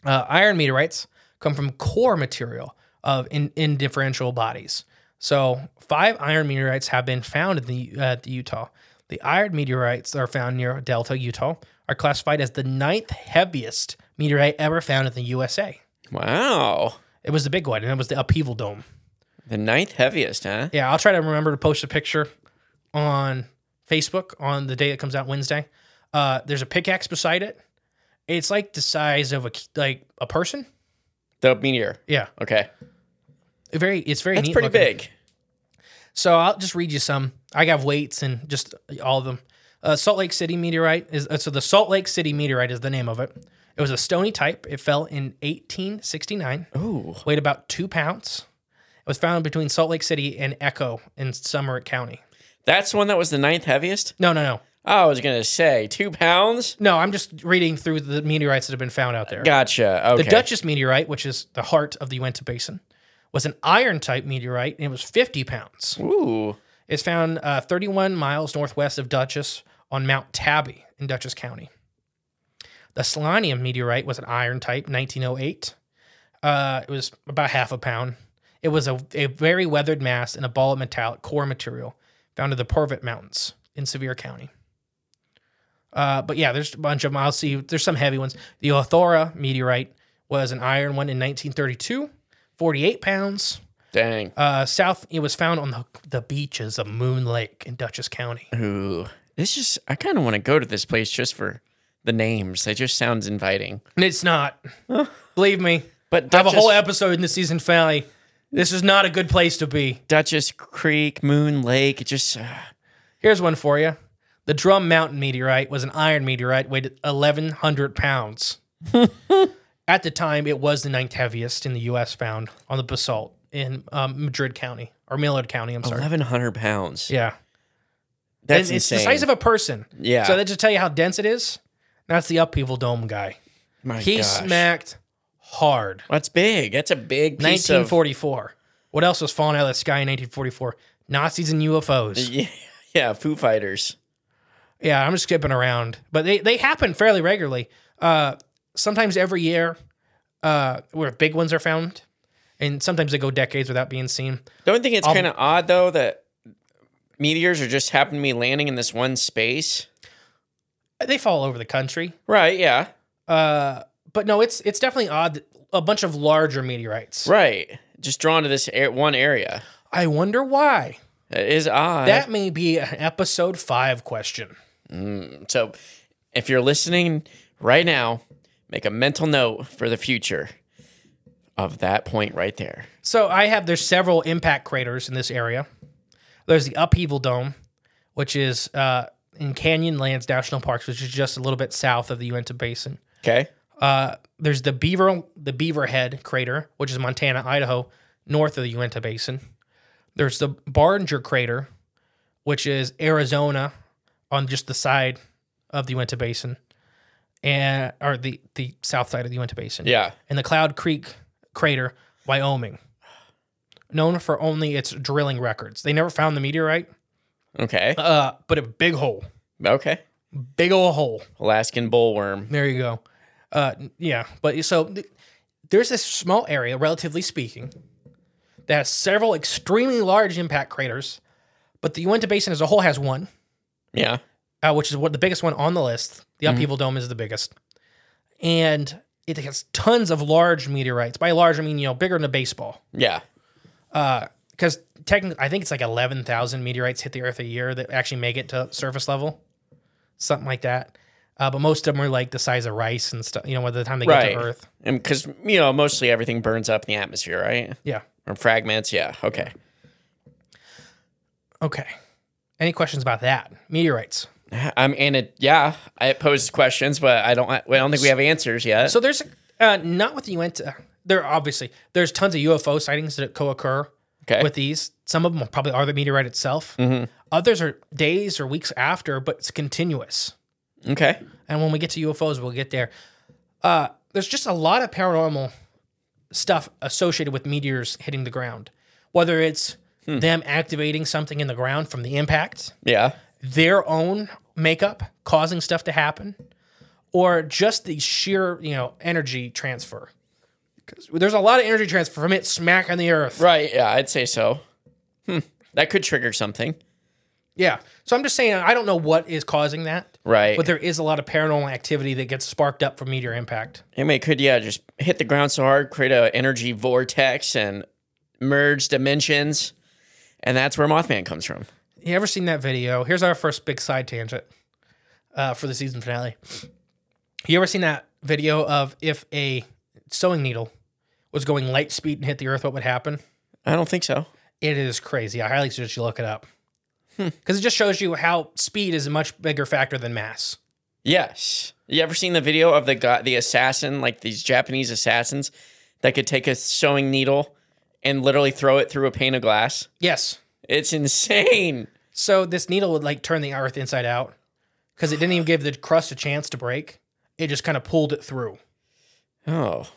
S3: Uh, iron meteorites come from core material of in, indifferential bodies. So five iron meteorites have been found in the, uh, the Utah. The iron meteorites that are found near Delta, Utah, are classified as the ninth heaviest meteorite ever found in the USA.
S2: wow.
S3: It was the big one, and it was the upheaval dome.
S2: The ninth heaviest, huh?
S3: Yeah, I'll try to remember to post a picture on Facebook on the day it comes out Wednesday. Uh, there's a pickaxe beside it. It's like the size of a k- like a person.
S2: The meteor.
S3: Yeah,
S2: Okay.
S3: very. It's very.
S2: That's
S3: neat
S2: pretty
S3: looking.
S2: big.
S3: So I'll just read you some. I got weights and just all of them. Uh, Salt Lake City meteorite is uh, so the Salt Lake City meteorite is the name of it. It was a stony type. It fell in 1869.
S2: Oh.
S3: Ooh, weighed about two pounds. It was found between Salt Lake City and Echo in Summit County.
S2: That's the one that was the ninth heaviest?
S3: No, no, no.
S2: I was going to say two pounds.
S3: No, I'm just reading through the meteorites that have been found out there.
S2: Gotcha. Okay.
S3: The Duchess meteorite, which is the heart of the Uinta Basin, was an iron type meteorite and it was 50 pounds.
S2: Ooh.
S3: It's found uh, 31 miles northwest of Duchess on Mount Tabby in Dutchess County. The Selenium meteorite was an iron type, 1908. Uh, it was about half a pound. It was a, a very weathered mass in a ball of metallic core material found in the Porvett Mountains in Sevier County. Uh, but yeah, there's a bunch of them. I'll see. There's some heavy ones. The Othora meteorite was an iron one in 1932, 48 pounds.
S2: Dang.
S3: Uh, south, it was found on the, the beaches of Moon Lake in Dutchess County.
S2: Ooh. This is, I kind of want to go to this place just for the names. It just sounds inviting.
S3: And it's not. Believe me.
S2: But
S3: I have a
S2: Duchess,
S3: whole episode in the season finale. This is not a good place to be.
S2: Duchess Creek, Moon Lake. It just uh,
S3: Here's one for you. The Drum Mountain meteorite was an iron meteorite, weighed 1,100 pounds. At the time, it was the ninth heaviest in the U.S. found on the basalt in um, Madrid County or Millard County. I'm sorry.
S2: eleven hundred pounds.
S3: Yeah,
S2: That's
S3: And it's
S2: insane.
S3: the size of a person.
S2: Yeah.
S3: So that just tell you how dense it is. That's the upheaval dome guy.
S2: My
S3: he
S2: gosh.
S3: smacked hard.
S2: That's big. That's a big piece of-
S3: 1944. What else was falling out of the sky in 1944? Nazis and UFOs.
S2: Yeah, yeah, Foo Fighters.
S3: Yeah, I'm just skipping around, but they they happen fairly regularly. Uh, sometimes every year, uh, where big ones are found, and sometimes they go decades without being seen.
S2: Don't you think it's kind of odd though that meteors are just happen to be landing in this one space?
S3: They fall all over the country,
S2: Right. Yeah.
S3: uh, but no, it's it's definitely odd. That a bunch of larger meteorites.
S2: Right. Just drawn to this air, one area.
S3: I wonder why.
S2: It is odd.
S3: That may be an episode five question.
S2: so, if you're listening right now, make a mental note for the future of that point right there.
S3: So I have there's several impact craters in this area. There's the upheaval dome, which is uh, in Canyonlands National Parks, which is just a little bit south of the Uinta Basin.
S2: Okay.
S3: Uh, there's the Beaver the Beaverhead crater, which is Montana, Idaho, north of the Uinta Basin. There's the Barringer crater, which is Arizona, on just the side of the Uinta Basin, and or the the south side of the Uinta Basin
S2: Yeah.
S3: and the Cloud Creek crater, Wyoming. Known for only its drilling records. They never found the meteorite,
S2: Okay.
S3: uh, but a big hole.
S2: Okay.
S3: Big ol' hole.
S2: Alaskan bullworm.
S3: There you go. Uh, yeah, but so th- there's this small area, relatively speaking, that has several extremely large impact craters, but the Uinta Basin as a whole has one.
S2: Yeah.
S3: uh, which is what the biggest one on the list. The upheaval dome is the biggest, and it has tons of large meteorites. By large, I mean you know bigger than a baseball,
S2: Yeah.
S3: because technically, I think it's like eleven thousand meteorites hit the Earth a year that actually make it to surface level, something like that. Uh, but most of them are like the size of rice and stuff. You know, by the time they
S2: Right.
S3: get to Earth,
S2: And because you know mostly everything burns up in the atmosphere, right?
S3: yeah.
S2: Or fragments. Yeah. Okay.
S3: Okay. Any questions about that? Meteorites.
S2: Um, and it, yeah, it poses questions, but I don't, I don't think we have answers yet.
S3: So there's uh, not with the Uinta. There obviously there's tons of UFO sightings that co-occur
S2: Okay. Mm-hmm.
S3: with these. Some of them probably are the meteorite itself. Others are days or weeks after, but it's continuous.
S2: okay,
S3: And when we get to UFOs, we'll get there. Uh, there's just a lot of paranormal stuff associated with meteors hitting the ground, whether it's
S2: Hmm.
S3: them activating something in the ground from the impact
S2: yeah,
S3: their own makeup causing stuff to happen or just the sheer you know energy transfer 'Cause there's a lot of energy transfer from it smack on the earth
S2: right, yeah, I'd say so. Hmm, that could trigger something,
S3: yeah so i'm just saying i don't know what is causing that
S2: right?
S3: but there is a lot of paranormal activity that gets sparked up from meteor impact
S2: I mean, it could, yeah, just hit the ground so hard, create a energy vortex and merge dimensions, and that's where Mothman comes from.
S3: you ever seen that video here's our first big side tangent uh, for the season finale you ever seen that video of if a sewing needle was going light speed and hit the earth what would happen
S2: I don't think so.
S3: It is crazy. I highly suggest you look it up because it just shows you how speed is a much bigger factor than mass.
S2: Yes, you ever seen the video of the guy, the assassin, like these Japanese assassins that could take a sewing needle and literally throw it through a pane of glass?
S3: Yes.
S2: It's insane.
S3: So this needle would like turn the earth inside out because it didn't even give the crust a chance to break. It just kind of pulled it through
S2: Oh,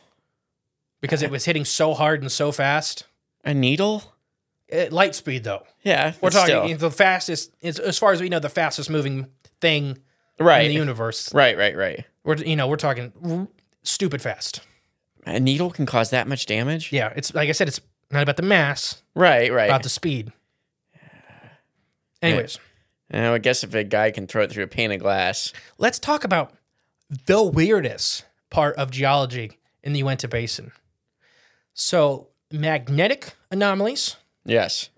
S3: because it was hitting so hard and so fast.
S2: a needle?
S3: At light speed, though,
S2: Yeah,
S3: we're
S2: but
S3: talking
S2: still.
S3: it's the fastest. It's, as far as we know, the fastest moving thing
S2: right,
S3: in the universe.
S2: right, right, right.
S3: We're you know we're talking r- stupid fast.
S2: A needle can cause that much damage.
S3: Yeah, it's like I said, it's not about the mass,
S2: Right, right.
S3: about the speed. Anyways.
S2: You know, I guess if a guy can throw it through a pane of glass,
S3: let's talk about the weirdest part of geology in the Uinta Basin. So, magnetic anomalies
S2: yes,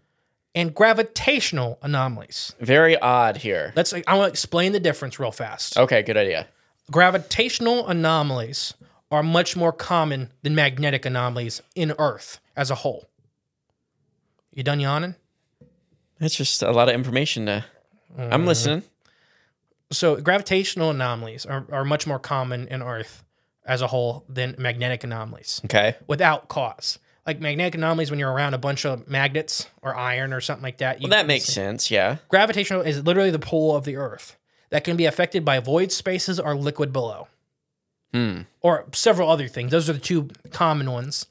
S3: and gravitational anomalies.
S2: very odd here.
S3: Let's I want to explain the difference real fast.
S2: Okay, good idea.
S3: Gravitational anomalies are much more common than magnetic anomalies in Earth as a whole. You done yawning?
S2: That's just a lot of information to.
S3: Uh-huh.
S2: I'm listening.
S3: so gravitational anomalies are, are much more common in Earth as a whole than magnetic anomalies
S2: Okay.
S3: without cause. Like magnetic anomalies, when you're around a bunch of magnets or iron or something like that, you
S2: Well, that makes sense. Yeah.
S3: Gravitational is literally the pull of the Earth that can be affected by void spaces or liquid below, or several other things. Those are the two common ones.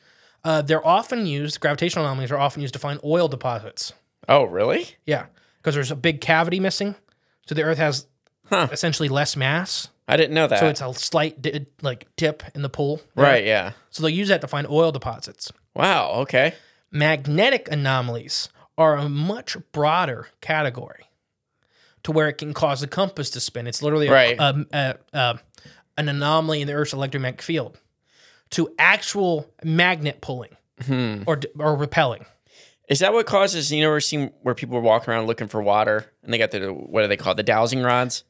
S3: Uh, they're often used. Gravitational anomalies are often used to find oil deposits.
S2: Oh, really?
S3: Yeah, because there's a big cavity missing, so the Earth has essentially less mass.
S2: I didn't know that.
S3: So it's a slight di- like dip in the pool. there.
S2: right. Yeah.
S3: So they'll use that to find oil deposits.
S2: Wow. Okay.
S3: Magnetic anomalies are a much broader category to where it can cause the compass to spin. It's literally a-
S2: Right.
S3: a- a- a- an anomaly in the Earth's electromagnetic field to actual magnet pulling
S2: Hmm.
S3: or, d- or repelling.
S2: Is that what causes? You know, we're seeing where people are walking around looking for water, and they got the what are they called? The dowsing rods.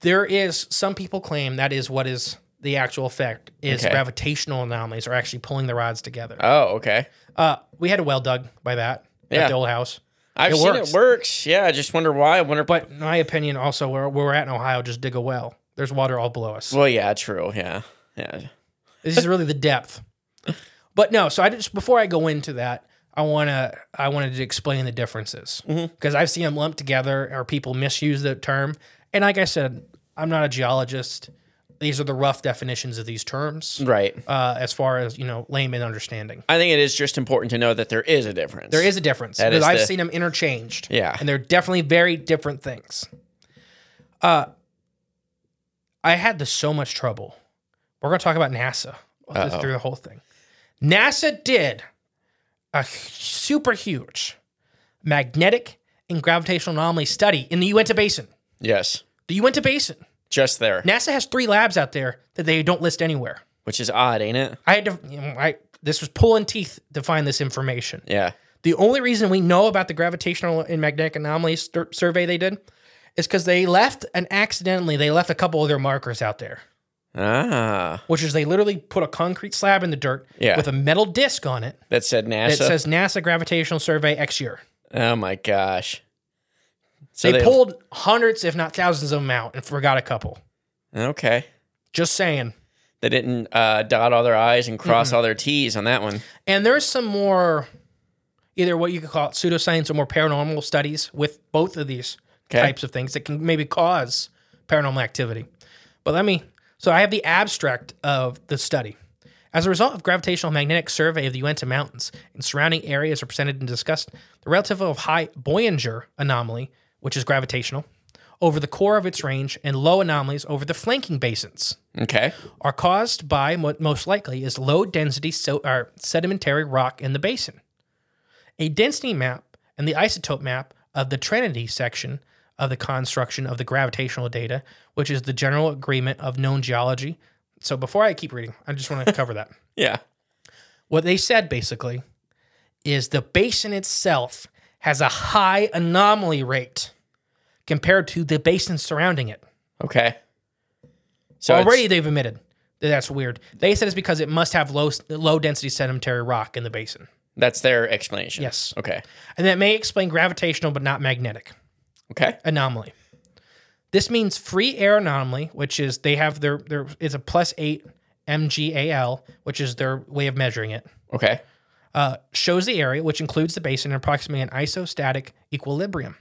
S3: There is some people claim that is what is the actual effect is
S2: Okay.
S3: gravitational anomalies are actually pulling the rods together.
S2: Oh, okay.
S3: Uh, we had a well dug by that
S2: Yeah.
S3: at the old house.
S2: I've
S3: It
S2: seen
S3: works.
S2: it works. Yeah. I just wonder why. I wonder.
S3: But in my opinion, also where, where we're at in Ohio, just dig a well. There's water all below us.
S2: Well, yeah. True. Yeah. Yeah.
S3: This is really the depth. But no, so I just before I go into that, I wanna I wanted to explain the differences because I've seen them lumped together or people misuse the term. And like I said, I'm not a geologist. These are the rough definitions of these terms,
S2: Right.
S3: uh, as far as you know, layman understanding.
S2: I think it is just important to know that there is a difference.
S3: There is a difference
S2: That
S3: because
S2: is
S3: I've
S2: the-
S3: seen them interchanged.
S2: Yeah.
S3: and they're definitely very different things. Uh, I had this so much trouble. We're going to talk about NASA
S2: Uh-oh.
S3: through the whole thing. NASA did a h- super huge magnetic and gravitational anomaly study in the Uinta Basin.
S2: Yes.
S3: The Uinta Basin.
S2: Just there,
S3: NASA has three labs out there that they don't list anywhere.
S2: which is odd, ain't it?
S3: I had to. you know, I this was pulling teeth to find this information.
S2: Yeah.
S3: The only reason we know about the gravitational and magnetic anomalies sur- survey they did is because they left and accidentally they left a couple of their markers out there,
S2: Ah.
S3: which is they literally put a concrete slab in the dirt
S2: Yeah.
S3: with a metal disc on it
S2: That said
S3: that
S2: NASA.
S3: says NASA Gravitational Survey X year.
S2: oh my gosh. So
S3: They, pulled hundreds, if not thousands, of them out and forgot a couple.
S2: Okay.
S3: Just saying.
S2: They didn't uh, dot all their I's and cross all their T's on that one.
S3: And there's some more, either what you could call it pseudoscience or more paranormal studies with both of these
S2: Okay.
S3: types of things that can maybe cause paranormal activity. But let me, so I have the abstract of the study. As a result of gravitational magnetic survey of the Uinta Mountains and surrounding areas are presented and discussed, the relative of high Boyinger anomaly, which is gravitational, over the core of its range and low anomalies over the flanking basins
S2: Okay.
S3: are caused by what most likely is low density so, or sedimentary rock in the basin. A density map and the isotope map of the Trinity section of the construction of the gravitational data, which is the general agreement of known geology. So before I keep reading, I just want to cover that.
S2: Yeah.
S3: What they said basically is the basin itself has a high anomaly rate compared to the basin surrounding it.
S2: Okay. So it's-
S3: Already they've admitted that that's weird. They said it's because it must have low low density sedimentary rock in the basin.
S2: that's their explanation.
S3: Yes.
S2: Okay.
S3: And that may explain gravitational but not magnetic
S2: Okay.
S3: anomaly. This means free air anomaly, which is they have their their it's a plus 8 MGAL, which is their way of measuring it.
S2: Okay.
S3: Uh, shows the area, which includes the basin, in approximately an isostatic equilibrium.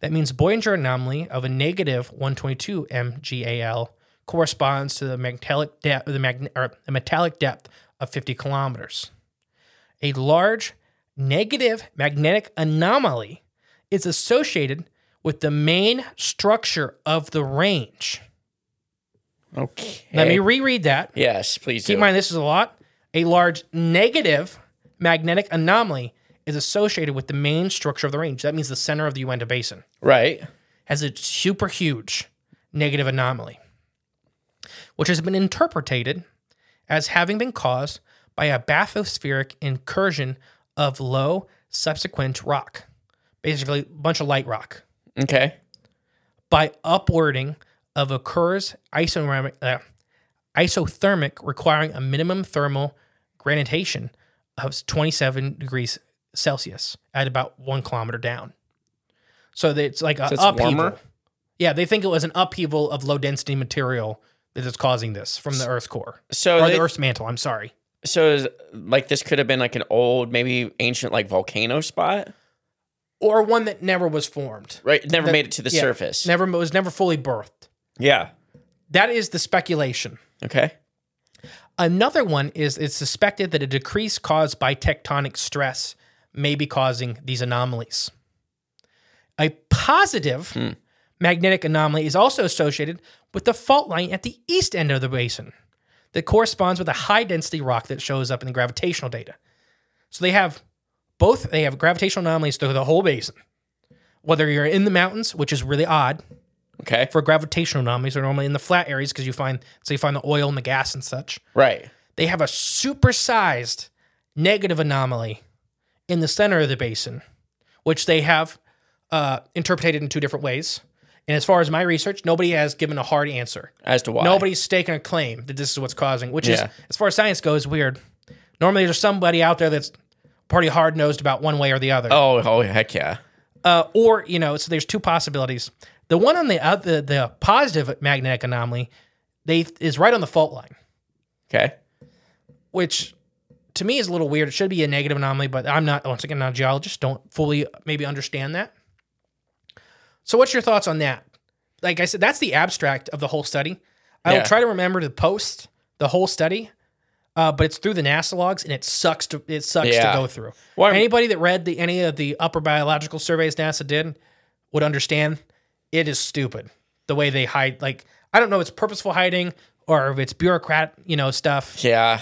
S3: That means Boyinger anomaly of a negative 122 MGAL corresponds to the metallic depth, the magne- or the metallic depth of 50 kilometers. A large negative magnetic anomaly is associated with the main structure of the range.
S2: Okay.
S3: Let me reread that.
S2: Yes, please
S3: Keep
S2: do.
S3: in mind, this is a lot. A large negative magnetic anomaly is associated with the main structure of the range. That means the center of the Uinta Basin
S2: right.
S3: has a super huge negative anomaly, which has been interpreted as having been caused by a bathospheric incursion of low subsequent rock, basically a bunch of light rock
S2: Okay.
S3: by upwarding of a Kerr's isomer- uh, isothermic, requiring a minimum thermal gradientation of 27 degrees Celsius at about one kilometer down. So that it's like an
S2: it's
S3: upheaval.
S2: warmer?
S3: Yeah, they think it was an upheaval of low density material that is causing this from the Earth's core
S2: So
S3: or
S2: they-
S3: the Earth's mantle. I'm sorry.
S2: So, is, like, this could have been like an old, maybe ancient, like volcano spot,
S3: Or one that never was formed.
S2: right? It Never
S3: That-
S2: made it to the
S3: yeah,
S2: surface.
S3: Never was never fully birthed.
S2: Yeah.
S3: That is the speculation.
S2: Okay.
S3: Another one is it's suspected that a decrease caused by tectonic stress may be causing these anomalies. A positive magnetic anomaly is also associated with the fault line at the east end of the basin that corresponds with a high density rock that shows up in the gravitational data. So they have both they have gravitational anomalies through the whole basin. Whether you're in the mountains, which is really odd,
S2: Okay.
S3: for gravitational anomalies are normally in the flat areas because you find so you find the oil and the gas and such.
S2: right.
S3: They have a supersized negative anomaly in the center of the basin, which they have uh, interpreted in two different ways. And as far as my research, nobody has given a hard answer.
S2: As to why.
S3: Nobody's staking a claim that this is what's causing, which is,
S2: Yeah.
S3: as far as science goes, weird. Normally, there's somebody out there that's pretty hard nosed about one way or the other
S2: Oh, oh, heck yeah.
S3: uh, or you know, so there's two possibilities. The one on the other, the positive magnetic anomaly, they is right on the fault line,
S2: Okay.
S3: which to me is a little weird. It should be a negative anomaly, but I'm not. Once again, not a geologist. Don't fully maybe understand that. So, what's your thoughts on that? Like I said, that's the abstract of the whole study. I
S2: Yeah.
S3: will try to remember to post the whole study, uh, but it's through the NASA logs, and it sucks to it sucks
S2: Yeah.
S3: to go through.
S2: Well, I'm-
S3: Anybody that read the any of the upper biological surveys NASA did would understand it is stupid the way they hide. Like I don't know, if it's purposeful hiding or if it's bureaucrat, you know, stuff.
S2: Yeah.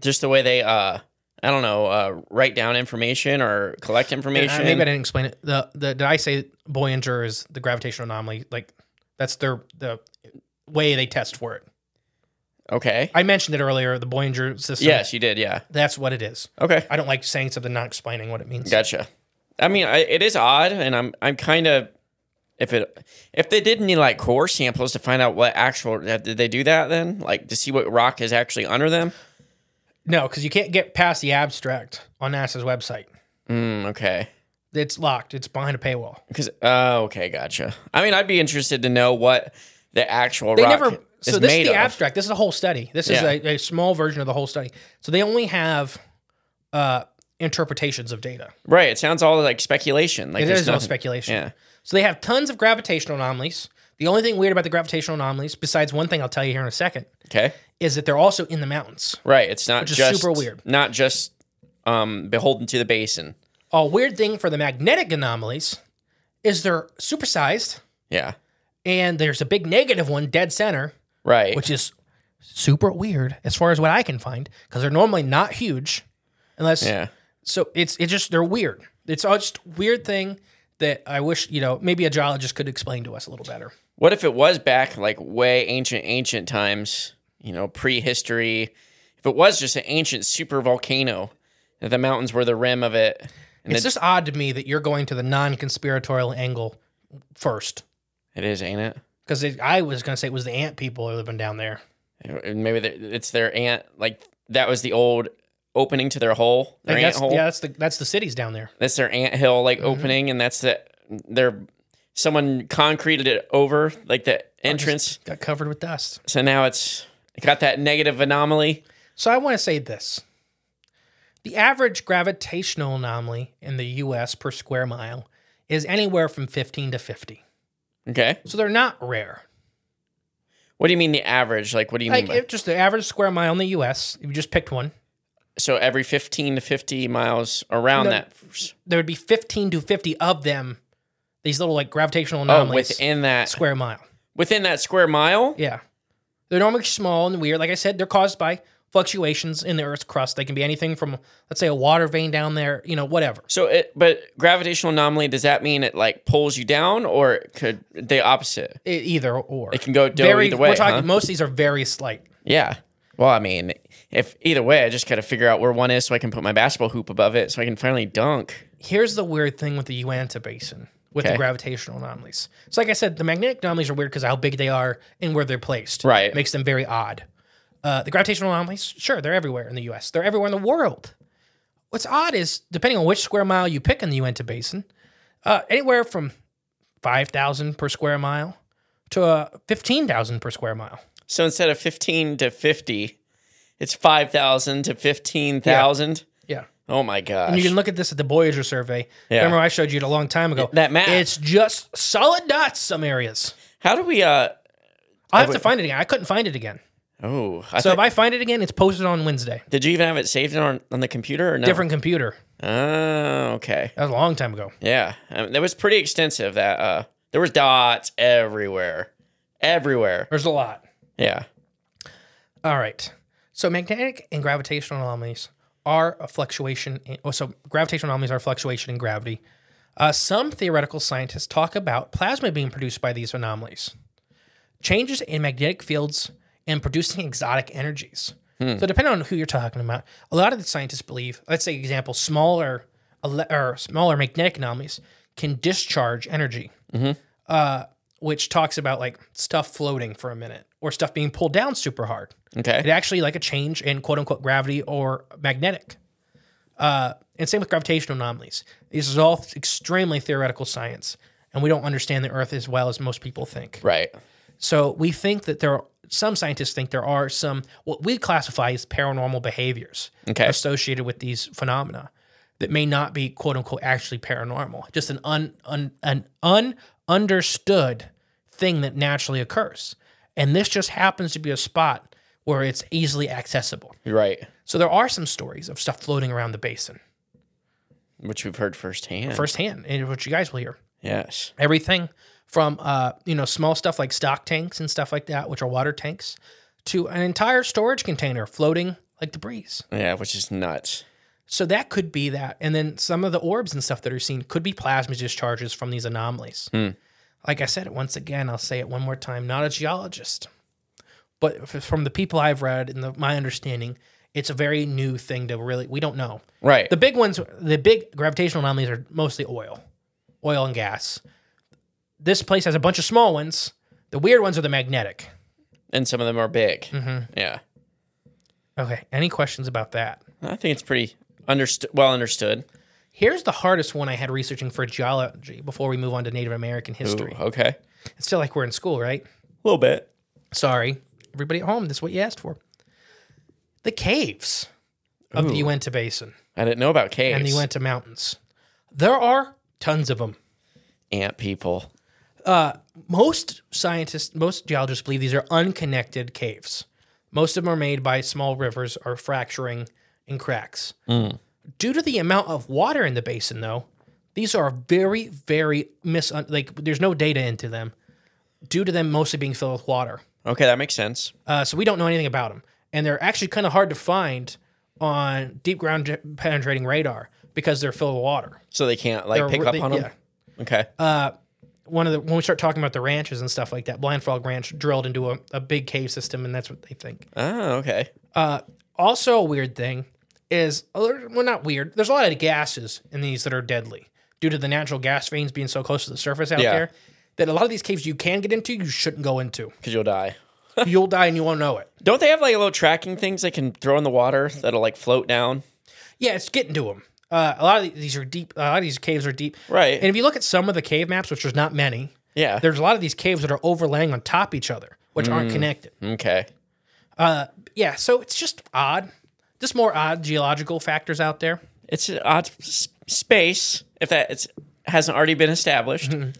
S2: Just the way they, uh, I don't know, uh, write down information or collect
S3: And,
S2: information.
S3: uh, maybe I didn't explain it. The the did I say Boyinger is the gravitational anomaly? Like that's their the way they test for it.
S2: okay.
S3: I mentioned it earlier. The Boyinger system.
S2: yes, you did. Yeah.
S3: that's what it is.
S2: Okay.
S3: I don't like saying something not explaining what it means.
S2: Gotcha. I mean, I, it is odd, and I'm I'm kind of if it if they did need like core samples to find out what actual uh, did they do that then like to see what rock is actually under them.
S3: No, because you can't get past the abstract on NASA's website.
S2: Mm, okay.
S3: It's locked. It's behind a paywall.
S2: Because oh, okay, gotcha. I mean, I'd be interested to know what the actual
S3: They
S2: rock
S3: never.
S2: is
S3: So this
S2: made
S3: is the
S2: of.
S3: abstract. This is a whole study. This is
S2: Yeah.
S3: a, a small version of the whole study. So they only have uh, interpretations of data.
S2: right. It sounds all like speculation. Like
S3: It
S2: there's
S3: is no
S2: nothing-
S3: speculation.
S2: Yeah.
S3: So they have tons of gravitational anomalies. The only thing weird about the gravitational anomalies, besides one thing I'll tell you here in a second,
S2: Okay.
S3: is that they're also in the mountains.
S2: Right. It's not
S3: Which is
S2: just
S3: super weird.
S2: Not just um beholden to the basin.
S3: A weird thing for the magnetic anomalies is they're supersized,
S2: Yeah.
S3: and there's a big negative one dead center,
S2: Right.
S3: which is super weird as far as what I can find, because they're normally not huge, unless
S2: yeah.
S3: so it's it's just they're weird. It's all just weird thing that I wish you know maybe a geologist could explain to us a little better.
S2: What if it was back like way ancient, ancient times, you know, prehistory? If it was just an ancient super volcano, that the mountains were the rim of it. And
S3: it's
S2: it-
S3: just odd to me that you're going to the non-conspiratorial angle first,
S2: it is, ain't it?
S3: because I was going to say it was the ant people living down there.
S2: And Maybe the- it's their ant, like that was the old opening to their hole, their
S3: Like,
S2: ant
S3: that's,
S2: hole.
S3: yeah, that's the that's the cities down there.
S2: That's their ant hill,
S3: Mm-hmm.
S2: like opening, and that's the, their, someone concreted it over, like the entrance.
S3: Got covered with dust.
S2: So now it's got that negative anomaly.
S3: So I want to say this: the average gravitational anomaly in the U.S. per square mile is anywhere from 15 to 50.
S2: Okay.
S3: So they're not rare.
S2: What do you mean the average? Like, what do you mean
S3: Like
S2: by
S3: if just the average square mile in the U.S. If you just picked one,
S2: So every 15 to 50 miles around
S3: No.
S2: that.
S3: there would be 15 to 50 of them. These little like gravitational
S2: Oh,
S3: anomalies
S2: within that
S3: square mile.
S2: within that square mile.
S3: Yeah. They're normally small and weird. Like I said, they're caused by fluctuations in the Earth's crust. They can be anything from, let's say, a water vein down there, you know, whatever.
S2: So it, but gravitational anomaly does that mean it like pulls you down, or it could the opposite?
S3: E- either or.
S2: It can go do
S3: very,
S2: either way.
S3: We're talking,
S2: huh?
S3: Most of these are very slight.
S2: yeah. Well, I mean, if either way, I just gotta figure out where one is so I can put my basketball hoop above it, so I can finally dunk.
S3: Here's the weird thing with the Uanta Basin with
S2: Okay.
S3: the gravitational anomalies. So, like I said, the magnetic anomalies are weird because how big they are and where they're placed.
S2: Right.
S3: Makes them very odd. Uh, the gravitational anomalies, sure, they're everywhere in the U.S. They're everywhere in the world. What's odd is depending on which square mile you pick in the Uinta Basin, uh, anywhere from five thousand per square mile to uh, fifteen thousand per square mile.
S2: So instead of 15 to 50, it's 5,000 to 15,000.
S3: Yeah.
S2: Oh my gosh.
S3: And you can look at this at the Voyager survey.
S2: Yeah.
S3: Remember, I showed you it a long time ago.
S2: That map.
S3: It's just solid dots, some areas.
S2: How do we uh
S3: I'll have to find it again. I couldn't find it again.
S2: oh, I
S3: So if
S2: thought-
S3: I find it again, it's posted on Wednesday.
S2: did you even have it saved on on the computer or no?
S3: Different computer.
S2: Oh, okay.
S3: That was a long time ago.
S2: Yeah. Um, that was pretty extensive that uh there was dots everywhere. Everywhere.
S3: There's a lot.
S2: Yeah.
S3: All right. So magnetic and gravitational anomalies are a fluctuation. In, oh, so gravitational anomalies are a fluctuation in gravity. Uh, some theoretical scientists talk about plasma being produced by these anomalies, changes in magnetic fields, and producing exotic energies. So depending on who you're talking about, a lot of the scientists believe, let's say, example, smaller ele- or smaller magnetic anomalies can discharge energy which talks about like stuff floating for a minute or stuff being pulled down super hard.
S2: Okay.
S3: It actually like a change in quote unquote gravity or magnetic. Uh, and same with gravitational anomalies. This is all extremely theoretical science, and we don't understand the Earth as well as most people think.
S2: Right.
S3: So we think that there are some scientists think there are some what we classify as paranormal behaviors
S2: Okay.
S3: associated with these phenomena that may not be quote unquote actually paranormal, just an un, un an un understood thing that naturally occurs. And this just happens to be a spot where it's easily accessible.
S2: Right.
S3: So there are some stories of stuff floating around the basin
S2: Which we've heard firsthand.
S3: firsthand, and what you guys will hear.
S2: Yes.
S3: everything from uh, you know small stuff like stock tanks and stuff like that, which are water tanks, to an entire storage container floating like debris.
S2: Yeah, which is nuts.
S3: So that could be that, and then some of the orbs and stuff that are seen could be plasma discharges from these anomalies. Like I said it once again, I'll say it one more time. Not a geologist, but f- from the people I've read and the, my understanding, it's a very new thing to really we don't know.
S2: Right.
S3: The big ones, the big gravitational anomalies are mostly oil, oil and gas. This place has a bunch of small ones. The weird ones are the magnetic.
S2: and some of them are big. Mm-hmm. Yeah.
S3: Okay. Any questions about that?
S2: I think it's pretty understood well understood.
S3: Here's the hardest one I had researching for geology before we move on to Native American history.
S2: Ooh, okay.
S3: It's still like we're in school, right?
S2: A little bit.
S3: Sorry. Everybody at home, this is what you asked for. The caves of the Uinta Basin
S2: I didn't know about caves.
S3: and the Uinta Mountains. There are tons of them.
S2: ant people.
S3: most scientists, most geologists believe these are unconnected caves. Most of them are made by small rivers or fracturing and cracks.
S2: Mm.
S3: Due to the amount of water in the basin, though, these are very, very mis like there's no data into them due to them mostly being filled with water.
S2: Okay, that makes sense.
S3: Uh, so we don't know anything about them, and they're actually kind of hard to find on deep ground j- penetrating radar because they're filled with water.
S2: So they can't like
S3: They're
S2: pick
S3: really-
S2: up on them.
S3: yeah. Uh,
S2: Okay.
S3: one of the when we start talking about the ranches and stuff like that, Blind Frog Ranch drilled into a, a big cave system, and that's what they think.
S2: oh, okay.
S3: Also, a weird thing is well, not weird. There's a lot of gases in these that are deadly due to the natural gas veins being so close to the surface out
S2: Yeah.
S3: there. That a lot of these caves you can get into, you shouldn't go into.
S2: Because you'll die.
S3: You'll die and you won't know it.
S2: Don't they have like little tracking things they can throw in the water that'll like float down?
S3: Yeah, it's getting to them. Uh, a lot of these are deep. A lot of these caves are deep.
S2: Right.
S3: And if you look at some of the cave maps, which there's not many,
S2: Yeah.
S3: there's a lot of these caves that are overlaying on top each other, which
S2: Mm.
S3: aren't connected.
S2: okay.
S3: yeah, so it's just odd. Just more odd geological factors out there.
S2: It's an odd s- space if that it's, hasn't already been established.
S3: Mm-hmm.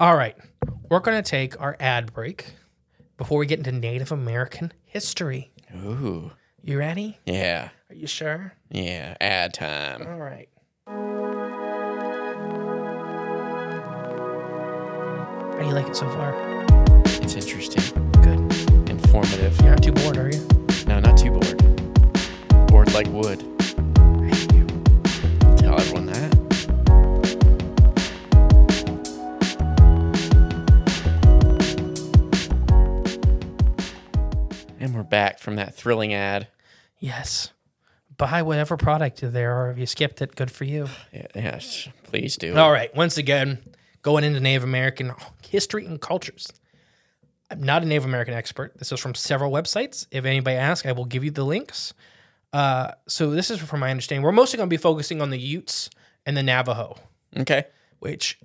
S3: All right, we're going to take our ad break before we get into Native American history.
S2: Ooh.
S3: You ready?
S2: Yeah.
S3: Are you sure?
S2: Yeah. Ad time.
S3: All right. How do you like it so far?
S2: It's interesting.
S3: Good.
S2: Informative.
S3: You're not too bored, are you?
S2: No, not too bored. Bored like wood. Tell everyone that. And we're back from that thrilling ad.
S3: Yes. Buy whatever product there are. If you skipped it, good for you.
S2: Yeah, yes, please do.
S3: All right. Once again, going into Native American history and cultures. I'm not a Native American expert. This is from several websites. If anybody asks, I will give you the links. Uh, so this is from my understanding. We're mostly going to be focusing on the Utes and the Navajo,
S2: Okay.
S3: which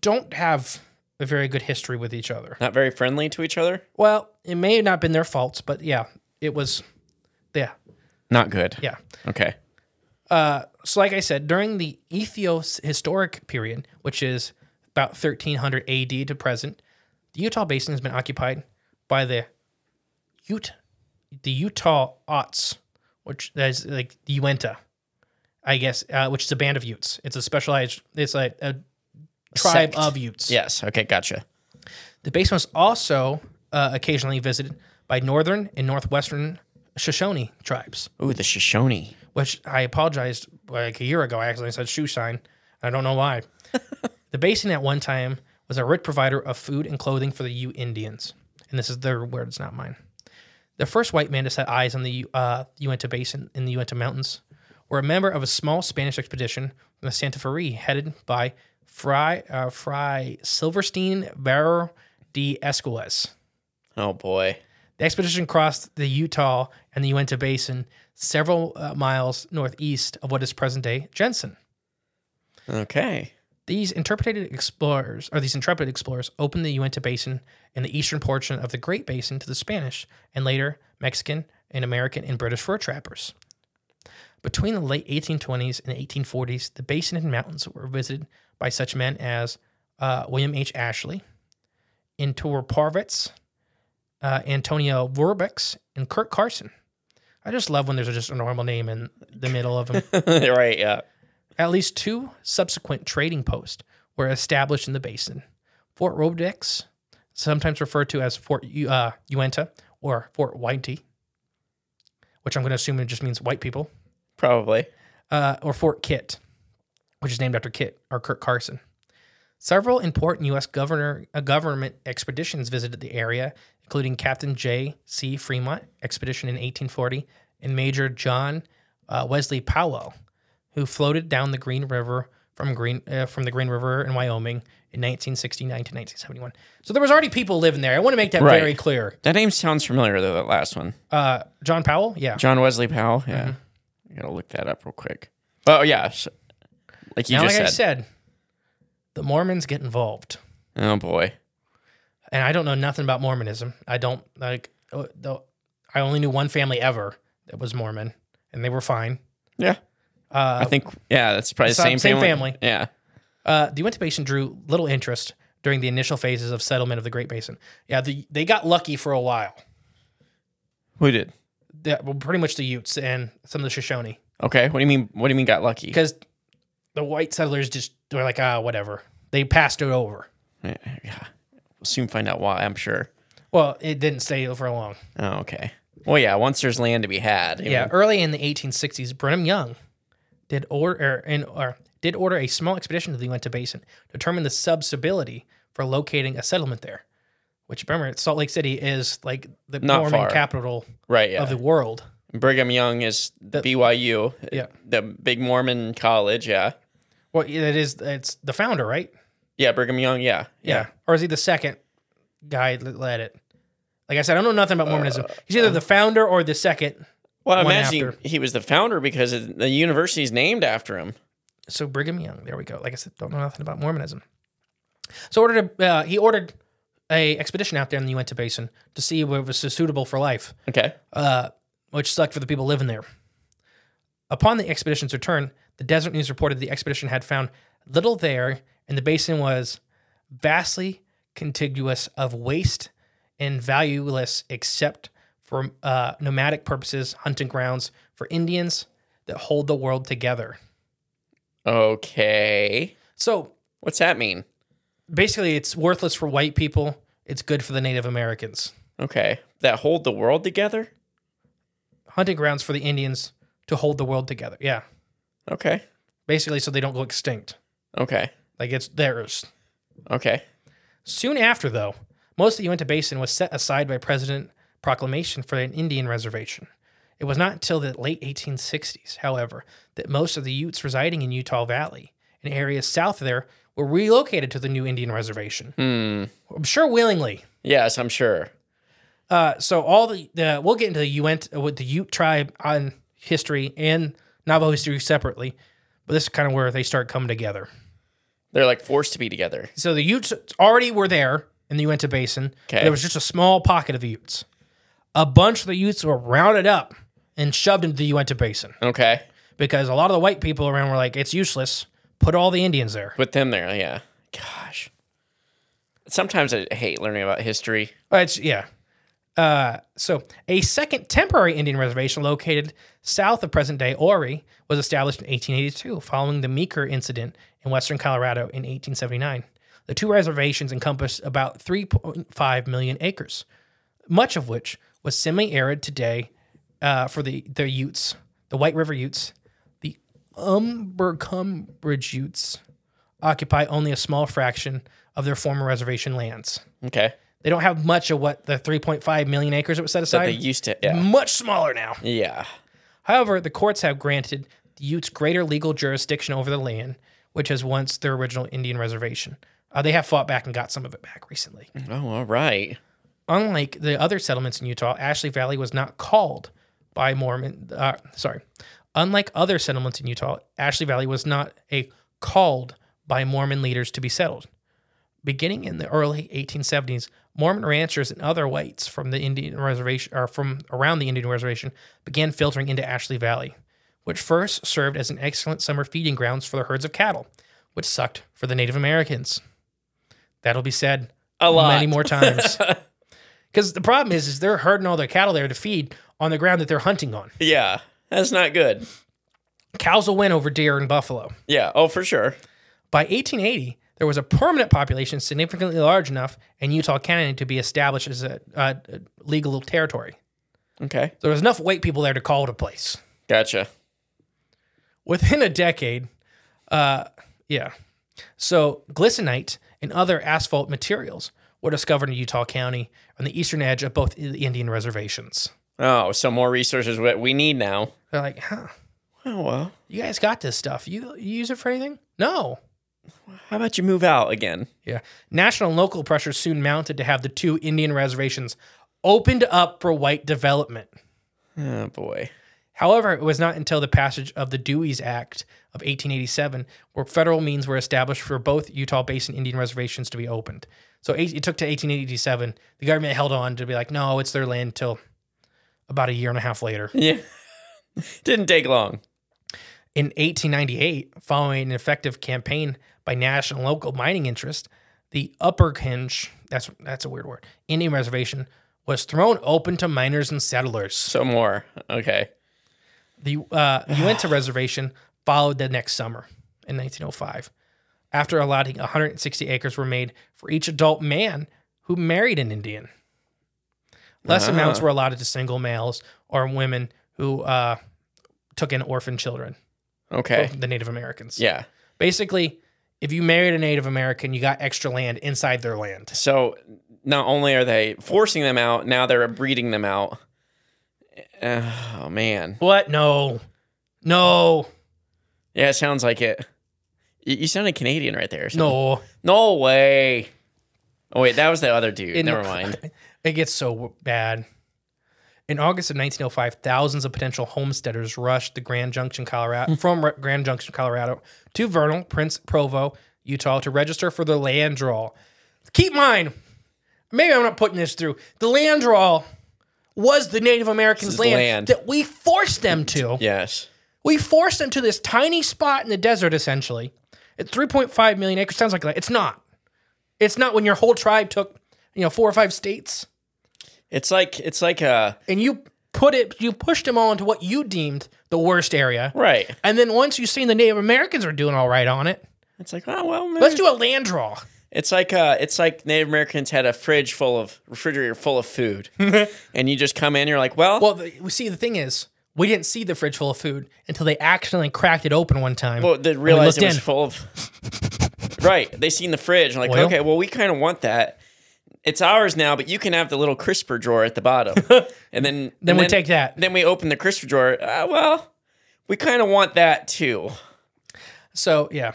S3: don't have a very good history with each other.
S2: Not very friendly to each other.
S3: Well, it may have not been their faults, but yeah, it was. Yeah,
S2: Not good.
S3: yeah.
S2: Okay.
S3: So, like I said, during the Ethios historic period, which is about 1300 AD to present, the Utah Basin has been occupied by the Ute, the Utah Ots, which is like the Uinta, I guess, uh, which is a band of Utes. It's a specialized. It's like a tribe
S2: sect.
S3: of Utes.
S2: Yes. Okay. Gotcha.
S3: The basin was also uh, occasionally visited by northern and northwestern Shoshone tribes,
S2: Ooh, the Shoshone.
S3: which I apologized like a year ago. I accidentally said shoe shine. I don't know why. the basin at one time was a rich provider of food and clothing for the Ute Indians, and this is their words, not mine. The first white man to set eyes on the U- uh, Uinta Basin in the Uinta Mountains were a member of a small Spanish expedition from the Santa Fe, headed by Fry uh, Fry Silverstein Barro de Esquiles.
S2: Oh boy.
S3: The expedition crossed the Utah and the Uinta Basin several uh, miles northeast of what is present day Jensen.
S2: Okay.
S3: These interpreted explorers, or these intrepid explorers, opened the Uinta Basin and the eastern portion of the Great Basin to the Spanish and later Mexican and American and British fur trappers. Between the late 1820s and 1840s, the basin and mountains were visited by such men as uh, William H. Ashley, Intor Parvitz, uh, Antonio Werbex, and Kurt Carson. I just love when there's just a normal name in the middle of them.
S2: right. Yeah.
S3: At least two subsequent trading posts were established in the basin. Fort Rodex, sometimes referred to as Fort U- uh, Uinta or Fort Whitey, which I'm going to assume it just means white people,
S2: Probably.
S3: uh, or Fort Kit, which is named after Kit or Kurt Carson. Several important U.S. Governor, uh, government expeditions visited the area, including Captain J. C. Fremont expedition in 1840 and Major John uh, Wesley Powell, who floated down the Green River from Green uh, from the Green River in Wyoming in 1969 to 1971. So there was already people living there. I want to make that
S2: Right.
S3: very clear.
S2: That name sounds familiar though. That last one.
S3: Uh, John Powell, yeah,
S2: John Wesley Powell. Yeah.
S3: Mm-hmm.
S2: I gotta look that up real quick. Oh yeah. s- Like you
S3: now,
S2: just
S3: like
S2: said.
S3: I said, the Mormons get involved.
S2: Oh boy.
S3: and I don't know nothing about Mormonism. I don't like uh, the. I only knew one family ever that was Mormon, and they were fine. Uh,
S2: Yeah. I think yeah, that's probably the
S3: it's not
S2: same,
S3: the same
S2: family.
S3: family.
S2: Yeah.
S3: Uh, the Uinta Basin drew little interest during the initial phases of settlement of the Great Basin. Yeah, the, they got lucky for a while.
S2: Who did?
S3: That well, pretty much the Utes and some of the Shoshone,
S2: Okay. What do you mean? What do you mean got lucky?
S3: because the white settlers just were like, ah, whatever. They passed it over.
S2: Yeah. yeah. We'll soon find out why. I'm sure.
S3: Well, it didn't stay for long.
S2: Oh, okay. Well, yeah. Once there's land to be had. I
S3: Yeah,
S2: mean,
S3: early in the 1860s, Brenham Young did order in or did order a small expedition to the Uinta Basin, determine the subsibility for locating a settlement there. Which remember, Salt Lake City is like the
S2: Not
S3: Mormon
S2: far.
S3: capital
S2: Right. Yeah.
S3: of the world.
S2: Brigham Young is BYU.
S3: Yeah.
S2: The big Mormon college. Yeah.
S3: Well, it is. It's the founder, right?
S2: Yeah. Brigham Young. Yeah.
S3: Or is he the second guy that led it? Like I said, I don't know nothing
S2: Uh,
S3: about Mormonism. He's
S2: um,
S3: either the founder or the second.
S2: Well, I
S3: One
S2: imagine
S3: after.
S2: he was the founder because the university's named after him.
S3: so Brigham Young. There we go. Like I said, don't know nothing about Mormonism. So ordered a, uh, he ordered a expedition out there in the Uinta Basin to see what was suitable for life,
S2: Okay.
S3: uh, which sucked for the people living there. Upon the expedition's return, the Desert News reported the expedition had found little there, and the basin was vastly contiguous of waste and valueless except for uh, nomadic purposes, hunting grounds for Indians that hold the world together.
S2: Okay.
S3: So
S2: What's that mean?
S3: basically it's worthless for white people it's good for the native americans
S2: Okay. That hold the world together?
S3: hunting grounds for the indians to hold the world together yeah
S2: Okay.
S3: basically so they don't go extinct
S2: Okay.
S3: like it's theirs
S2: Okay.
S3: soon after though most of the uinta basin was set aside by president proclamation for an indian reservation it was not until the late 1860s however that most of the utes residing in utah valley and areas south of there were relocated to the new indian reservation
S2: Hmm.
S3: i'm sure willingly
S2: Yes, I'm sure.
S3: Uh, so all the, the we'll get into the Uint with the Ute tribe on history and Navajo history separately, but this is kind of where they start coming together.
S2: They're like forced to be together.
S3: So the Utes already were there in the Uinta Basin.
S2: Okay.
S3: There was just a small pocket of the Utes. A bunch of the Utes were rounded up and shoved into the Uinta Basin
S2: Okay.
S3: because a lot of the white people around were like, "It's useless. Put all the Indians there."
S2: With them there, yeah. Gosh. Sometimes I hate learning about history.
S3: Uh, It's yeah. Uh, so a second temporary Indian reservation located south of present-day Ori was established in 1882 following the Meeker incident in western Colorado in 1879. The two reservations encompassed about 3.5 million acres, much of which was semi-arid today uh, for the the Utes, the White River Utes, the Umber Cumbridge Utes occupy only a small fraction of their former reservation lands.
S2: Okay.
S3: They don't have much of what the 3.5 million acres that was set
S2: That
S3: aside.
S2: they used to. Yeah.
S3: Much smaller now.
S2: Yeah.
S3: However, the courts have granted the Utes greater legal jurisdiction over the land, which was once their original Indian reservation. Uh, they have fought back and got some of it back recently.
S2: Oh, all right.
S3: Unlike the other settlements in Utah, Ashley Valley was not called by Mormon. Uh, sorry. Unlike other settlements in Utah, Ashley Valley was not a called by Mormon leaders to be settled. Beginning in the early 1870s, Mormon ranchers and other whites from the Indian reservation or from around the Indian reservation began filtering into Ashley Valley, which first served as an excellent summer feeding grounds for the herds of cattle, which sucked for the Native Americans. That'll be said
S2: A lot.
S3: many more times. Because the problem is, is they're herding all their cattle there to feed on the ground that they're hunting on.
S2: Yeah. That's not good.
S3: Cows will win over deer and buffalo.
S2: Yeah. Oh, for sure.
S3: By 1880, there was a permanent population significantly large enough in Utah County to be established as a, uh legal territory.
S2: Okay.
S3: There was enough white people there to call it a place.
S2: Gotcha.
S3: Within a decade, uh, yeah. So glycinite and other asphalt materials were discovered in Utah County on the eastern edge of both the Indian reservations.
S2: Oh, so more resources what we need now.
S3: They're like, huh,
S2: Oh, well.
S3: you guys got this stuff. You, you use it for anything? No.
S2: How about you move out again?
S3: Yeah. National and local pressure soon mounted to have the two Indian reservations opened up for white development.
S2: Oh, boy.
S3: However, it was not until the passage of the Dewey's Act of 1887 where federal means were established for both Utah Basin Indian reservations to be opened. So eight- it took to 1887. The government held on to be like, no, it's their land till about a year and a half later.
S2: Yeah. Didn't take long.
S3: In 1898, following an effective campaign by national and local mining interest, the Upper Hinge, that's that's a weird word, Indian reservation was thrown open to miners and settlers.
S2: So more. Okay.
S3: The uh, Uinta reservation followed the next summer in 1905, after allotting 160 acres were made for each adult man who married an Indian. Less amounts were allotted to single males or women who uh, took in orphan children,
S2: Okay.
S3: the Native Americans.
S2: Yeah.
S3: Basically, if you married a Native American, you got extra land inside their land.
S2: So not only are they forcing them out, now they're breeding them out. Oh man,
S3: What? No. No.
S2: yeah, it sounds like it. You, you sounded Canadian right there. or something.
S3: No.
S2: no way. Oh wait, that was the other dude.
S3: In-
S2: Never mind.
S3: It gets so bad. In August of 1905, thousands of potential homesteaders rushed the Grand Junction,
S2: Hmm.
S3: Colorado, from Re- Grand Junction, Colorado, to Vernal, Prince Provo, Utah, to register for the land draw. Keep in mind, maybe I'm not putting this through. The land draw was the Native Americans'
S2: is
S3: land,
S2: land.
S3: that we forced them to.
S2: Yes.
S3: We forced them to this tiny spot in the desert, essentially. It's 3.5 million acres. Sounds like that. It's not. It's not when your whole tribe took, you know, four or five states,
S2: It's like it's like uh, a
S3: and you put it, you pushed them all into what you deemed the worst area.
S2: right.
S3: And then once you've seen the Native Americans are doing all right on it,
S2: It's like oh well.
S3: let's
S2: Maybe.
S3: do a land draw.
S2: It's like uh, it's like Native Americans had a fridge full of refrigerator full of food, and you just come in. You're like, well,
S3: Well, the, we see the thing is, we didn't see the fridge full of food until they accidentally cracked it open one time.
S2: Well, they
S3: And we
S2: realized it
S3: looked
S2: was
S3: in.
S2: full of. right. They seen the fridge and like,
S3: Oil?
S2: okay, well, we kind of want that. It's ours now, but you can have the little crisper drawer at the bottom, and then
S3: Then
S2: and
S3: we take that.
S2: Then we open the crisper drawer. Uh, well, we kind of want that too.
S3: So yeah,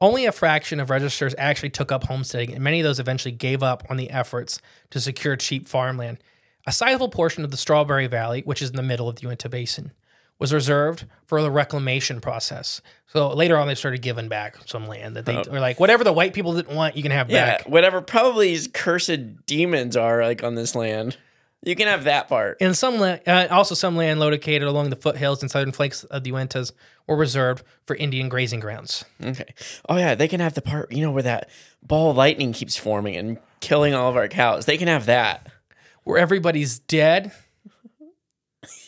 S3: Only a fraction of registrars actually took up homesteading, and many of those eventually gave up on the efforts to secure cheap farmland. A sizable portion of the Strawberry Valley, which is in the middle of the Uinta Basin, was reserved for the reclamation process. So later on, they started giving back some land that they were like, whatever the white people didn't want, you can have
S2: Yeah,
S3: back.
S2: whatever probably these cursed demons are like on this land. You can have that part.
S3: And some land, uh, also some land located along the foothills and southern flanks of the Uintas were reserved for Indian grazing grounds.
S2: Okay. Oh yeah, they can have the part, you know, where that ball of lightning keeps forming and killing all of our cows. They can have that.
S3: Where everybody's dead,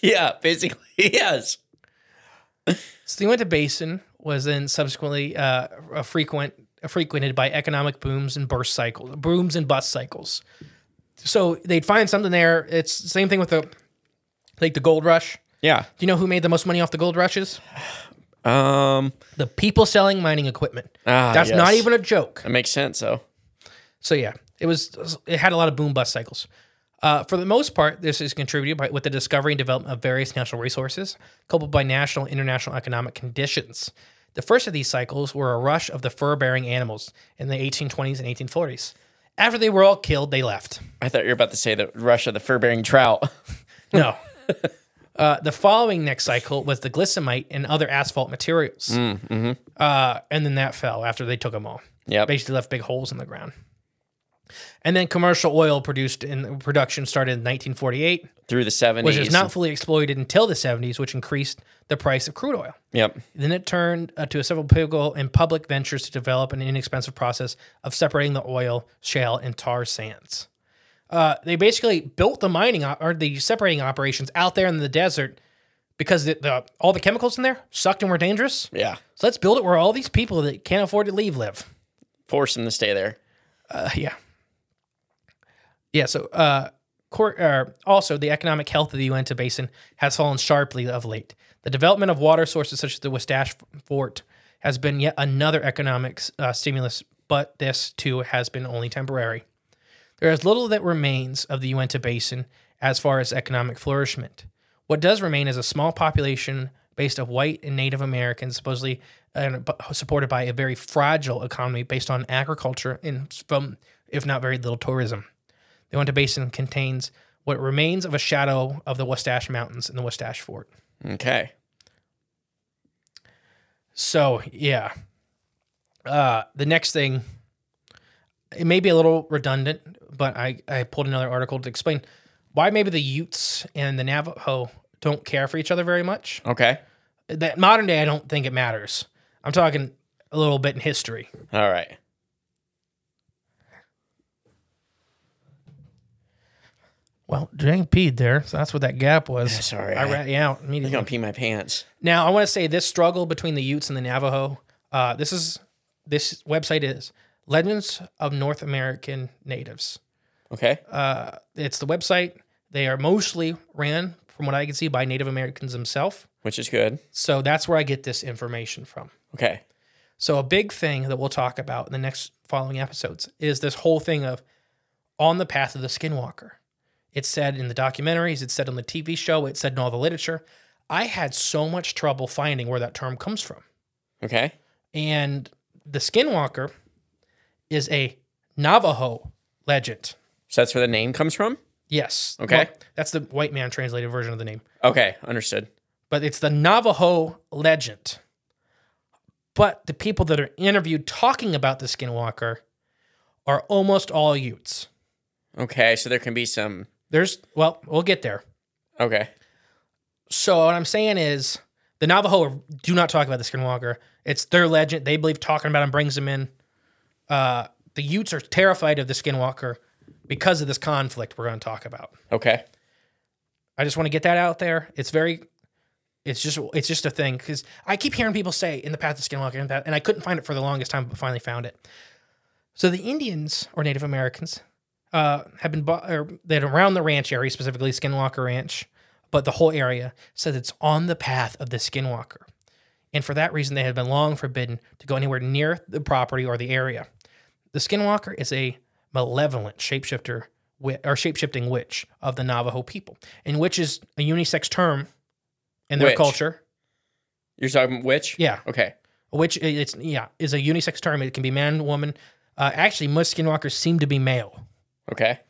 S2: Yeah, basically. Yes.
S3: So the Uinta Basin was then subsequently uh, a frequent frequented by economic booms and burst cycles, booms and bust cycles. So they'd find something there. It's the same thing with the like the gold rush.
S2: Yeah.
S3: Do you know who made the most money off the gold rushes?
S2: Um
S3: The people selling mining equipment.
S2: Ah,
S3: That's
S2: yes.
S3: not even a joke.
S2: that makes sense though.
S3: So yeah, it was it had a lot of boom bust cycles. Uh, for the most part, this is contributed by, with the discovery and development of various natural resources, coupled by national and international economic conditions. The first of these cycles were a rush of the fur-bearing animals in the 1820s and 1840s. After they were all killed, they left.
S2: I thought you were about to say the rush of the fur bearing trout.
S3: No. Uh, the following next cycle was the glycemite and other asphalt materials, uh, and then that fell after they took them all.
S2: Yep.
S3: basically left big holes in the ground. And then commercial oil produced in production started in 1948,
S2: Through the seventies.
S3: which is not fully exploited until the 70s, which increased the price of crude oil.
S2: Yep.
S3: Then it turned uh, to several pivotal and public ventures to develop an inexpensive process of separating the oil, shale, and tar sands. Uh, they basically built the mining op- or the separating operations out there in the desert because the, the, all the chemicals in there sucked and were dangerous.
S2: Yeah.
S3: So let's build it where all these people that can't afford to leave live.
S2: Force them to stay there.
S3: Uh, yeah. Yeah. So, uh, cor- uh, also, the economic health of the Uinta Basin has fallen sharply of late. The development of water sources such as the Wistash Fort has been yet another economic uh, stimulus, but this too has been only temporary. There is little that remains of the Uinta Basin as far as economic flourishment. What does remain is a small population based of white and Native Americans, supposedly uh, bu- supported by a very fragile economy based on agriculture and from, if not very little, tourism. The Uinta Basin contains what remains of a shadow of the Wastash Mountains and the Wastash Fort.
S2: Okay.
S3: So yeah, uh, the next thing, it may be a little redundant, but I I pulled another article to explain why maybe the Utes and the Navajo don't care for each other very much.
S2: Okay.
S3: That modern day, I don't think it matters. I'm talking a little bit in history.
S2: All right.
S3: Well, Jane peed there, so that's what that gap was.
S2: Sorry,
S3: I,
S2: I-
S3: rat you out
S2: I'm
S3: immediately.
S2: gonna pee my pants.
S3: Now, I want to say this struggle between the Utes and the Navajo. Uh, this is this website is Legends of North American Natives.
S2: Okay.
S3: Uh, it's the website. They are mostly ran, from what I can see, by Native Americans themselves.
S2: Which is good.
S3: So that's where I get this information from.
S2: Okay.
S3: So a big thing that we'll talk about in the next following episodes is this whole thing of on the path of the skinwalker. It said in the documentaries, it said on the TV show, it said in all the literature. I had so much trouble finding where that term comes from.
S2: Okay.
S3: And the skinwalker is a Navajo legend.
S2: So that's where the name comes from?
S3: Yes.
S2: Okay.
S3: Well, that's the white man translated version of the name.
S2: Okay, understood.
S3: but it's the Navajo legend. But the people that are interviewed talking about the skinwalker are almost all Utes.
S2: Okay, so there can be some.
S3: There's, well, we'll get there.
S2: Okay,
S3: So what I'm saying is the Navajo are- do not talk about the skinwalker. It's their legend. They believe talking about him brings them in. Uh, the Utes are terrified of the skinwalker because of this conflict we're going to talk about.
S2: okay,
S3: I just want to get that out there. It's very, it's just it's just a thing because I keep hearing people say in the path of skinwalker in the path, and I couldn't find it for the longest time, but finally found it. So the Indians or Native Americans uh, have been bo- or that around the ranch area, specifically Skinwalker Ranch, but the whole area says it's on the path of the Skinwalker, and for that reason they have been long forbidden to go anywhere near the property or the area. The Skinwalker is a malevolent shapeshifter wi- or shapeshifting witch of the Navajo people, and witch is a unisex term in their
S2: Witch.
S3: culture.
S2: you're talking which?
S3: Yeah.
S2: Okay,
S3: which i- it's yeah is a unisex term. It can be man, woman. Uh, actually, most skinwalkers seem to be male,
S2: Okay.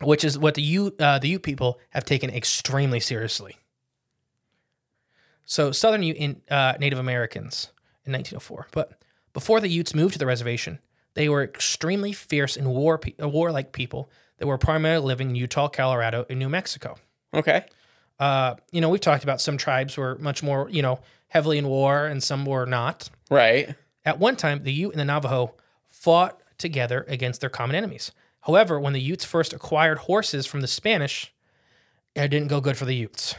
S3: which is what the U uh, the Ute people have taken extremely seriously. So Southern Ute in, uh, Native Americans in 1904, but before the Utes moved to the reservation, they were extremely fierce and war pe- uh, warlike people that were primarily living in Utah, Colorado, and New Mexico.
S2: Okay.
S3: uh, you know, we've talked about some tribes were much more, you know, heavily in war and some were not.
S2: Right.
S3: At one time, the Ute and the Navajo fought together against their common enemies. However, when the Utes first acquired horses from the Spanish, it didn't go good for the Utes.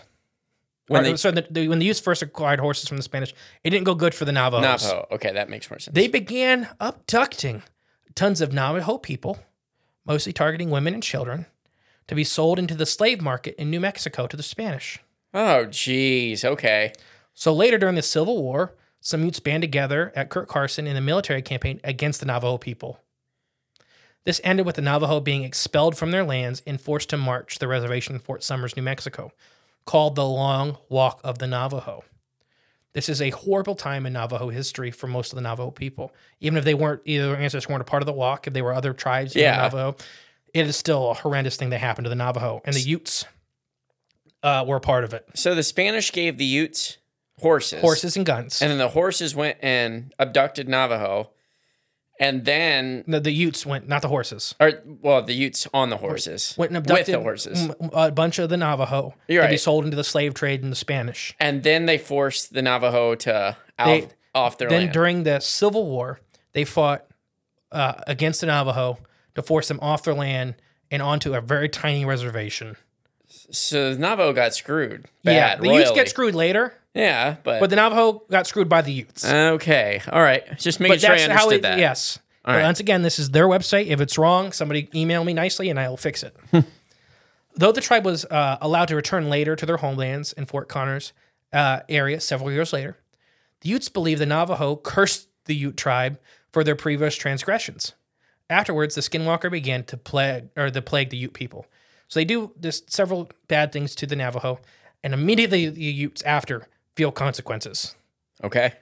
S2: When
S3: Or,
S2: they-
S3: so the, the, when the Utes first acquired horses from the Spanish, it didn't go good for the Navajos.
S2: Navajo. Okay, that makes more sense.
S3: Oh, They began abducting tons of Navajo people, mostly targeting women and children, to be sold into the slave market in New Mexico to the Spanish.
S2: oh, jeez. Okay.
S3: So later during the Civil War, some Utes band together at Kurt Carson in a military campaign against the Navajo people. This ended with the Navajo being expelled from their lands and forced to march to the reservation in Fort Summers, New Mexico, called the Long Walk of the Navajo. This is a horrible time in Navajo history for most of the Navajo people. Even if they weren't, either their ancestors weren't a part of the walk, if they were other tribes, yeah.
S2: Yeah.
S3: Navajo, it is still a horrendous thing that happened to the Navajo. And the Utes uh, were a part of it.
S2: So the Spanish gave the Utes horses.
S3: Horses and guns.
S2: And then the horses went and abducted Navajo. And then,
S3: No, the Utes went, not the horses.
S2: or well, the Utes on the horses.
S3: Went and abducted
S2: With the horses.
S3: m- a bunch of the Navajo
S2: You're
S3: to be
S2: right.
S3: sold into the slave trade in the Spanish.
S2: And then they forced the Navajo to out,
S3: They-
S2: off their
S3: then
S2: land.
S3: during the Civil War, they fought uh, against the Navajo to force them off their land and onto a very tiny reservation.
S2: so the Navajo got screwed.
S3: yeah,
S2: Bad,
S3: the Utes
S2: royally.
S3: get screwed later,
S2: Yeah, but,
S3: but the Navajo got screwed by the Utes.
S2: okay, all right. Just making
S3: but
S2: sure I
S3: that's
S2: understood
S3: how it.
S2: that.
S3: Yes.
S2: All
S3: But
S2: right.
S3: Once again, this is their website. If it's wrong, somebody email me nicely and I'll fix it. Though the tribe was uh, allowed to return later to their homelands in Fort Connors uh, area several years later, the Utes believe the Navajo cursed the Ute tribe for their previous transgressions. Afterwards, the Skinwalker began to plague or the plague the Ute people. So they do this several bad things to the Navajo, and immediately the Utes after feel consequences
S2: Okay.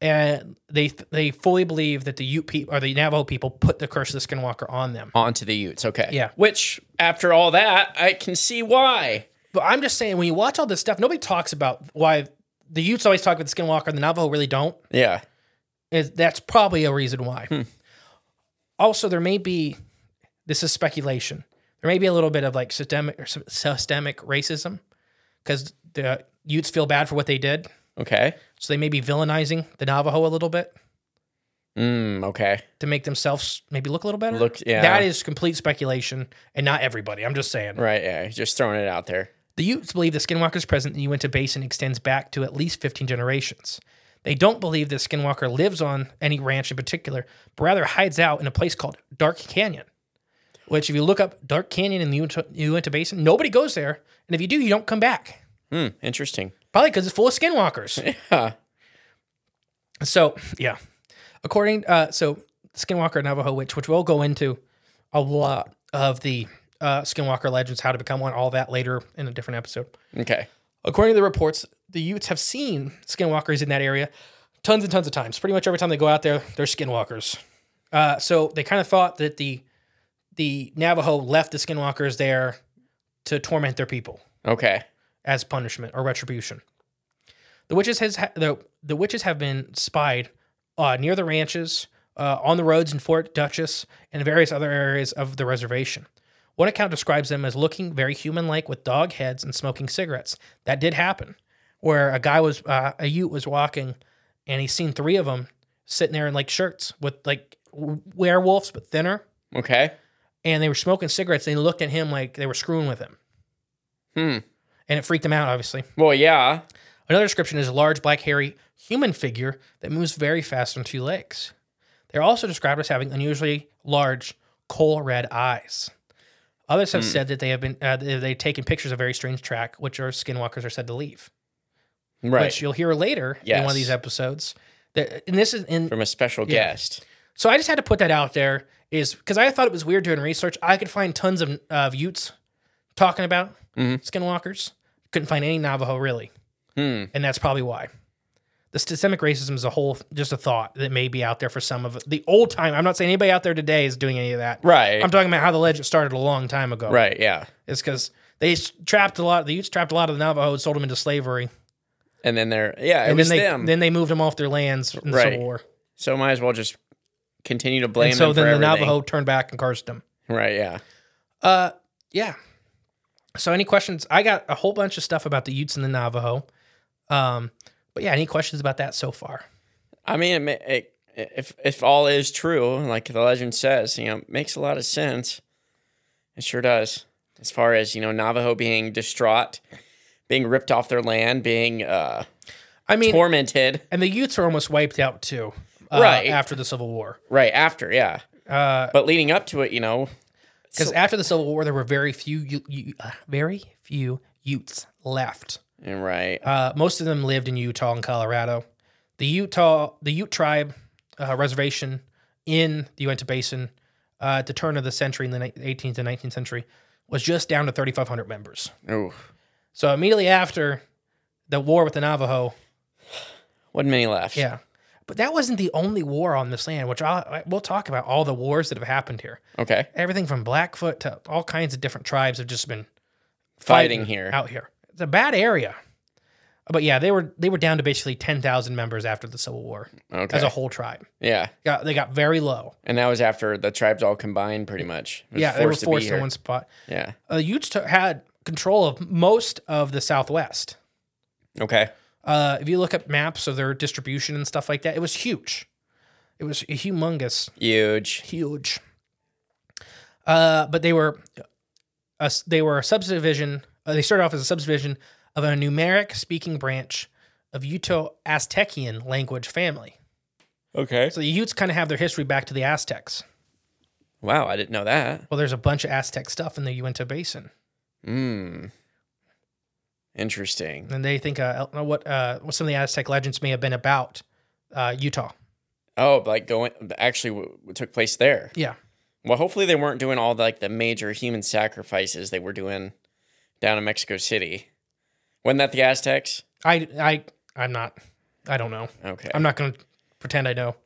S3: and they they fully believe that the Ute people or the Navajo people put the curse of the Skinwalker on them.
S2: Onto the Utes. Okay.
S3: Yeah.
S2: Which, after all that, I can see why.
S3: But I'm just saying, when you watch all this stuff, nobody talks about why the Utes always talk about the Skinwalker and the Navajo really don't.
S2: Yeah.
S3: Is that's probably a reason why. Also, there may be this is speculation. There may be a little bit of like systemic or sy- systemic racism because the Utes feel bad for what they did,
S2: Okay.
S3: so they may be villainizing the Navajo a little bit.
S2: Mm, okay.
S3: to make themselves maybe look a little better.
S2: Look- yeah.
S3: That is complete speculation and not everybody. I'm just saying.
S2: Right. Yeah. Just throwing it out there.
S3: The Utes believe the Skinwalker's presence in the Uinta Basin extends back to at least 15 generations. They don't believe the Skinwalker lives on any ranch in particular, but rather hides out in a place called Dark Canyon. Which, if you look up Dark Canyon in the Uinta, Uinta Basin, nobody goes there. And if you do, you don't come back.
S2: Hmm. Interesting.
S3: Probably because it's full of skinwalkers.
S2: Yeah.
S3: So yeah, according uh, so Skinwalker Navajo Witch, which we'll go into a lot of the uh, Skinwalker legends, how to become one, all that later in a different episode.
S2: Okay.
S3: According to the reports, the Utes have seen skinwalkers in that area tons and tons of times. Pretty much every time they go out there, they're skinwalkers. Uh, so they kind of thought that the the Navajo left the skinwalkers there to torment their people
S2: Okay.
S3: as punishment or retribution. The witches has ha- the the witches have been spied uh, near the ranches, uh, on the roads in Fort Dutchess, and various other areas of the reservation. One account describes them as looking very human-like, with dog heads and smoking cigarettes. That did happen, where a guy was uh, a Ute was walking, and he's seen three of them sitting there in like shirts with like w- werewolves but thinner,
S2: Okay.
S3: and they were smoking cigarettes. And they looked at him like they were screwing with him,
S2: Hmm.
S3: and it freaked him out, obviously.
S2: Well, yeah.
S3: Another description is a large, black, hairy human figure that moves very fast on two legs. They're also described as having unusually large, coal red eyes. Others
S2: Hmm.
S3: have said that they have been uh, that they've taken pictures of very strange track, which our skinwalkers are said to leave.
S2: Right.
S3: Which you'll hear later in one
S2: Yes.
S3: of these episodes. That, and this is in
S2: From a special
S3: Yeah.
S2: guest.
S3: so I just had to put that out there is because I thought it was weird doing research. I could find tons of of Utes talking about
S2: Mm-hmm.
S3: skinwalkers. Couldn't find any Navajo really,
S2: Hmm.
S3: and that's probably why. the systemic racism is a whole just a thought that may be out there for some of the old time. I'm not saying anybody out there today is doing any of that.
S2: Right.
S3: I'm talking about how the legend started a long time ago.
S2: Right. Yeah.
S3: It's because they s- trapped a lot. The Utes trapped a lot of the Navajo and sold them into slavery,
S2: And then they're yeah. It
S3: and
S2: was
S3: then they
S2: them.
S3: then they moved them off their lands in the
S2: Right.
S3: Civil War.
S2: so might as well just continue to blame
S3: and so
S2: them for
S3: then the
S2: everything.
S3: Navajo turned back and cursed them.
S2: Right. Yeah.
S3: Uh, yeah. So any questions? I got a whole bunch of stuff about the Utes and the Navajo. Um, but yeah, any questions about that so far?
S2: I mean, it, ma- it, if if all is true, like the legend says, you know, it makes a lot of sense. It sure does. As far as you know, Navajo being distraught, being ripped off their land, being uh,
S3: I mean,
S2: tormented.
S3: and the Utes are almost wiped out too, uh,
S2: Right.
S3: After the Civil War,
S2: Right after, yeah. Uh, but leading up to it, you know,
S3: because after the Civil War, there were very few, U- U- uh, very few Utes left.
S2: and right,
S3: Uh, most of them lived in Utah and Colorado. The Utah, the Ute tribe uh, reservation in the Uinta Basin uh, at the turn of the century, in the ni- 18th and 19th century, was just down to 3,500 members.
S2: ooh,
S3: So immediately after the war with the Navajo,
S2: wasn't many left.
S3: yeah. But that wasn't the only war on this land, which I'll, we'll talk about all the wars that have happened here.
S2: Okay.
S3: Everything from Blackfoot to all kinds of different tribes have just been
S2: Fighting, here.
S3: out here. It's a bad area. But yeah, they were they were down to basically 10,000 members after the Civil War
S2: Okay.
S3: as a whole tribe.
S2: Yeah.
S3: Got, they got very low.
S2: And that was after the tribes all combined, pretty much. It was
S3: Yeah, they were
S2: to be
S3: forced in
S2: here.
S3: one spot.
S2: Yeah.
S3: Uh, the Utes to- had control of most of the Southwest.
S2: Okay.
S3: Uh, if you look up maps of their distribution and stuff like that, it was huge. It was humongous,
S2: Huge.
S3: huge. Uh, but they were, a, s- they were a subdivision. Uh, they started off as a subdivision of a numeric speaking branch of Uto Aztecian language family.
S2: Okay.
S3: So the Utes kind of have their history back to the Aztecs.
S2: Wow, I didn't know that.
S3: Well, there's a bunch of Aztec stuff in the Uinta Basin,
S2: Hmm. Interesting.
S3: and they think uh, I don't know what uh, what some of the Aztec legends may have been about uh, Utah.
S2: Oh, but, like going actually w- what took place there.
S3: Yeah,
S2: Well, hopefully they weren't doing all the, like the major human sacrifices they were doing down in Mexico City. Wasn't that the Aztecs?
S3: I I I'm not. I don't know.
S2: Okay,
S3: I'm not going to pretend I know.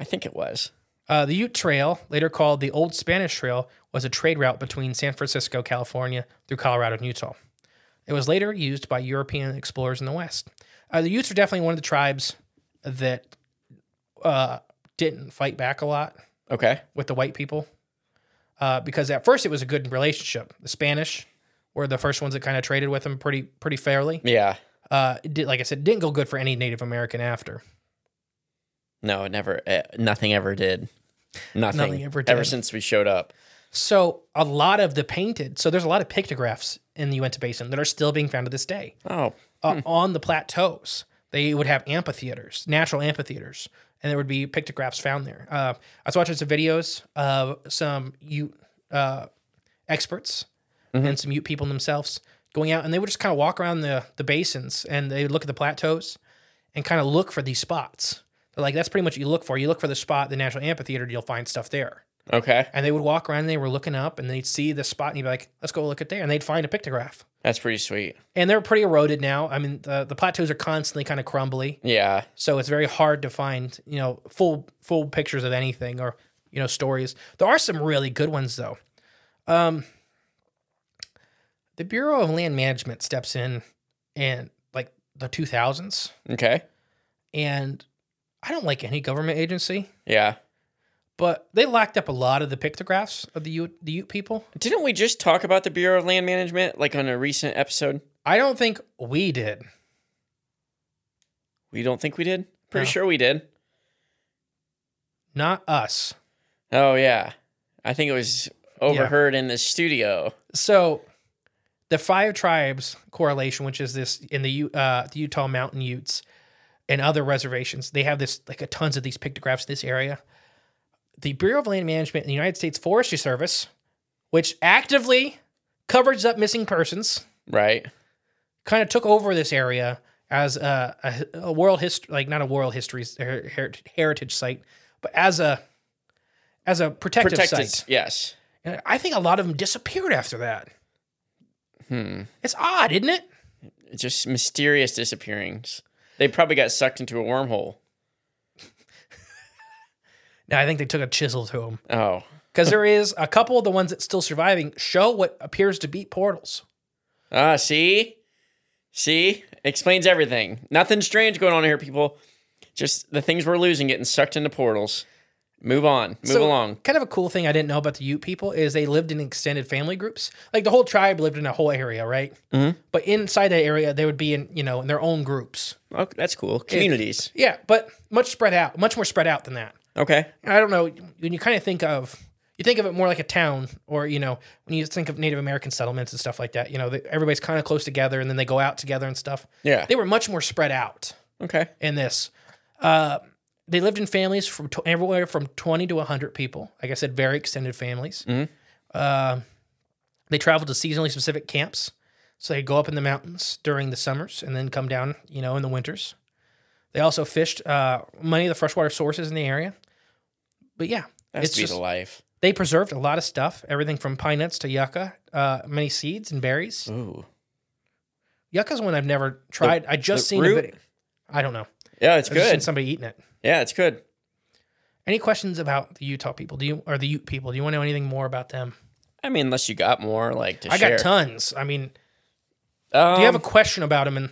S2: I think it was.
S3: Uh, the Ute Trail, later called the Old Spanish Trail, was a trade route between San Francisco, California, through Colorado and Utah. It was later used by European explorers in the West. Uh, the Utes are definitely one of the tribes that uh, didn't fight back a lot
S2: Okay,
S3: with the white people uh, because at first it was a good relationship. The Spanish were the first ones that kind of traded with them pretty pretty fairly.
S2: yeah.
S3: Uh, it did, like I said, didn't go good for any Native American after.
S2: No, it never. Uh, nothing ever did. Nothing,
S3: Nothing ever
S2: ever
S3: did.
S2: Ever since we showed up.
S3: So a lot of the painted, so there's a lot of pictographs in the Uinta Basin that are still being found to this day
S2: Oh,
S3: uh, on the plateaus. They would have amphitheaters, natural amphitheaters, and there would be pictographs found there. Uh, I was watching some videos of some Ute uh, experts and some Ute people themselves going out, and they would just kind of walk around the the basins and they would look at the plateaus and kind of look for these spots. They're like, that's pretty much what you look for. You look for the spot, the natural amphitheater, you'll find stuff there.
S2: okay.
S3: And they would walk around and they were looking up and they'd see the spot and you'd be like, let's go look at there. And they'd find a pictograph.
S2: That's pretty sweet.
S3: And they're pretty eroded now. I mean, the, the plateaus are constantly kind of crumbly.
S2: Yeah,
S3: So it's very hard to find, you know, full full pictures of anything or, you know, stories. There are some really good ones though. Um the Bureau of Land Management steps in in like the 2000s
S2: okay.
S3: and I don't like any government agency,
S2: Yeah.
S3: but they locked up a lot of the pictographs of the Ute, the Ute people.
S2: Didn't we just talk about the Bureau of Land Management like on a recent episode?
S3: I don't think we did.
S2: We don't think we did? Pretty
S3: No.
S2: sure we did.
S3: Not us.
S2: Oh, yeah. I think it was overheard in the studio.
S3: So the five tribes correlation, which is this in the U- uh, the Utah Mountain Utes and other reservations, they have this like a tons of these pictographs in this area. The Bureau of Land Management and the United States Forestry Service, which actively covers up missing persons,
S2: Right.
S3: kind of took over this area as a, a, a world history, like not a world history her- her- heritage site, but as a as a protective,
S2: Protected.
S3: site.
S2: Yes.
S3: And I think a lot of them disappeared after that. Hmm. It's odd, isn't it?
S2: It's just mysterious disappearings. They probably got sucked into a wormhole.
S3: No, I think they took a chisel to them
S2: Oh,
S3: because there is a couple of the ones that's still surviving show what appears to be portals.
S2: ah, see, see, explains everything. Nothing strange going on here, people. Just the things we're losing getting sucked into portals. Move on, move
S3: So,
S2: along.
S3: Kind of a cool thing I didn't know about the Ute people is they lived in extended family groups. Like the whole tribe lived in a whole area, right? Mm-hmm. But inside that area, they would be in you know in their own groups.
S2: Okay, Oh, that's cool. Communities.
S3: Yeah, but much spread out, much more spread out than that.
S2: Okay.
S3: I don't know. When you kind of think of, you think of it more like a town, or you know, when you think of Native American settlements and stuff like that. You know, they, everybody's kind of close together, and then they go out together and stuff.
S2: Yeah.
S3: They were much more spread out
S2: Okay.
S3: in this. Uh, they lived in families from tw- everywhere from twenty to hundred people. Like I said, very extended families.
S2: Mm-hmm.
S3: Uh, they traveled to seasonally specific camps, so they go up in the mountains during the summers and then come down, you know, in the winters. They also fished uh, many of the freshwater sources in the area. But yeah,
S2: That's
S3: it's
S2: to be
S3: just-
S2: the life.
S3: they preserved a lot of stuff, everything from pine nuts to yucca, uh, many seeds and berries.
S2: Ooh.
S3: Yucca's one I've never tried. I just
S2: the
S3: seen
S2: root?
S3: a video. I don't know.
S2: Yeah, it's
S3: I just seen
S2: good.
S3: somebody eating it.
S2: Yeah, it's good.
S3: Any questions about the Utah people? Do you or the Ute people? Do you want to know anything more about them?
S2: I mean, unless you got more like to
S3: I
S2: share.
S3: got tons. I mean,
S2: Um,
S3: do you have a question about them? And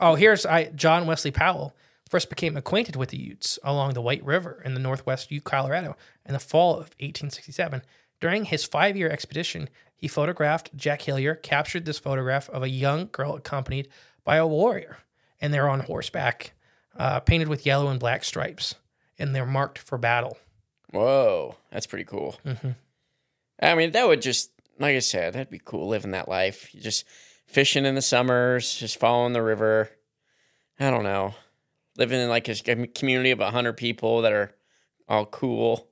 S3: oh, here's I John Wesley Powell first became acquainted with the Utes along the White River in the northwest Ute, Colorado, in the fall of 1867. During his five-year expedition, he photographed Jack Hillier captured this photograph of a young girl accompanied by a warrior, and they're on horseback, uh, painted with yellow and black stripes, and they're marked for battle.
S2: Whoa, that's pretty cool.
S3: Mm-hmm.
S2: I mean, that would just, like I said, that'd be cool living that life. You just fishing in the summers, just following the river. I don't know, living in like a s- community of hundred people that are all cool.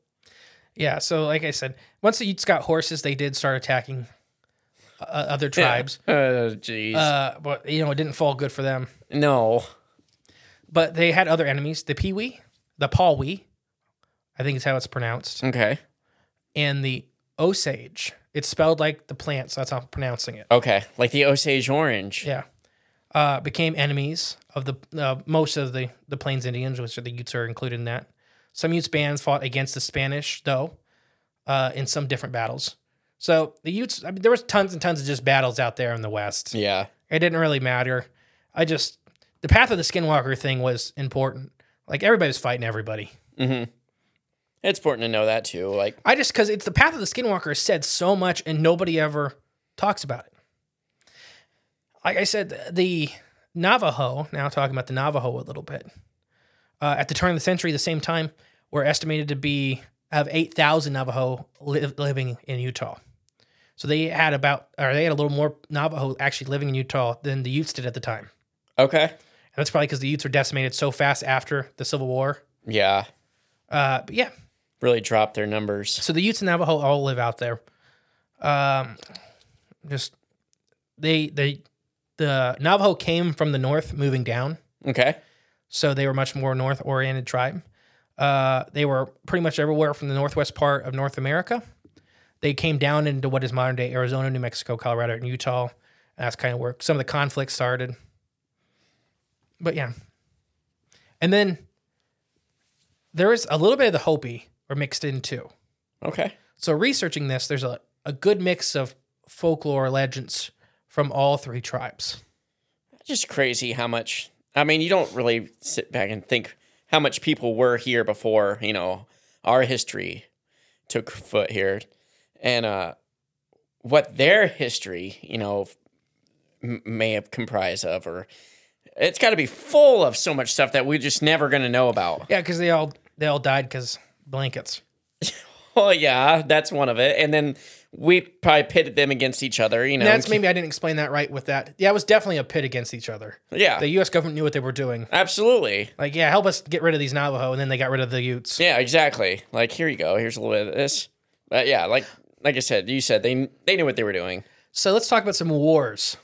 S3: Yeah, so like I said, once the Utes got horses, they did start attacking uh, other
S2: Yeah.
S3: tribes.
S2: Oh, jeez.
S3: Uh, but you know, it didn't fall good for them.
S2: no.
S3: But they had other enemies: the Peewee, the Pawee, I think is how it's pronounced,
S2: Okay.
S3: and the Osage. It's spelled like the plant, so that's how I'm pronouncing it.
S2: Okay. Like the Osage orange.
S3: Yeah, uh, became enemies of the uh, most of the the Plains Indians, which are the Utes are included in that. Some Utes bands fought against the Spanish though, uh, in some different battles. So the Utes, I mean, there was tons and tons of just battles out there in the West.
S2: Yeah.
S3: It didn't really matter. I just the path of the Skinwalker thing was important. Like everybody was fighting everybody.
S2: It's important to know that too. Like,
S3: I just because it's the path of the Skinwalker is said so much and nobody ever talks about it. Like I said, the Navajo. Now talking about the Navajo a little bit. Uh, at the turn of the century, the same time, were estimated to be of eight thousand Navajo li- living in Utah. So they had about, or they had a little more Navajo actually living in Utah than the Utes did at the time.
S2: okay.
S3: And that's probably because the Utes were decimated so fast after the Civil War.
S2: Yeah.
S3: Uh, but yeah,
S2: Really drop their numbers.
S3: so the Utes and Navajo all live out there. Um, just they they the Navajo came from the north, moving down,
S2: Okay.
S3: so they were much more north oriented tribe. Uh, they were pretty much everywhere from the northwest part of North America. They came down into what is modern day Arizona, New Mexico, Colorado, and Utah. And that's kind of where some of the conflicts started. But yeah. And then there is a little bit of the Hopi are mixed in too.
S2: Okay.
S3: So researching this, there's a, a good mix of folklore legends from all three tribes.
S2: just crazy how much i mean you don't really sit back and think how much people were here before you know our history took foot here and uh what their history you know f- m- may have comprised of or it's got to be full of so much stuff that we're just never going to know about
S3: Yeah, because they all they all died because blankets.
S2: well Oh, yeah that's one of it and then we probably pitted them against each other you know
S3: And that's
S2: and-
S3: maybe I didn't explain that right with that. Yeah, it was definitely a pit against each other.
S2: yeah
S3: The U.S. government knew what they were doing.
S2: absolutely
S3: Like, yeah, help us get rid of these Navajo, and then they got rid of the Utes.
S2: Yeah, exactly. Like here you go. Here's a little bit of this. But yeah, like like I said, you said they they knew what they were doing.
S3: So let's talk about some wars.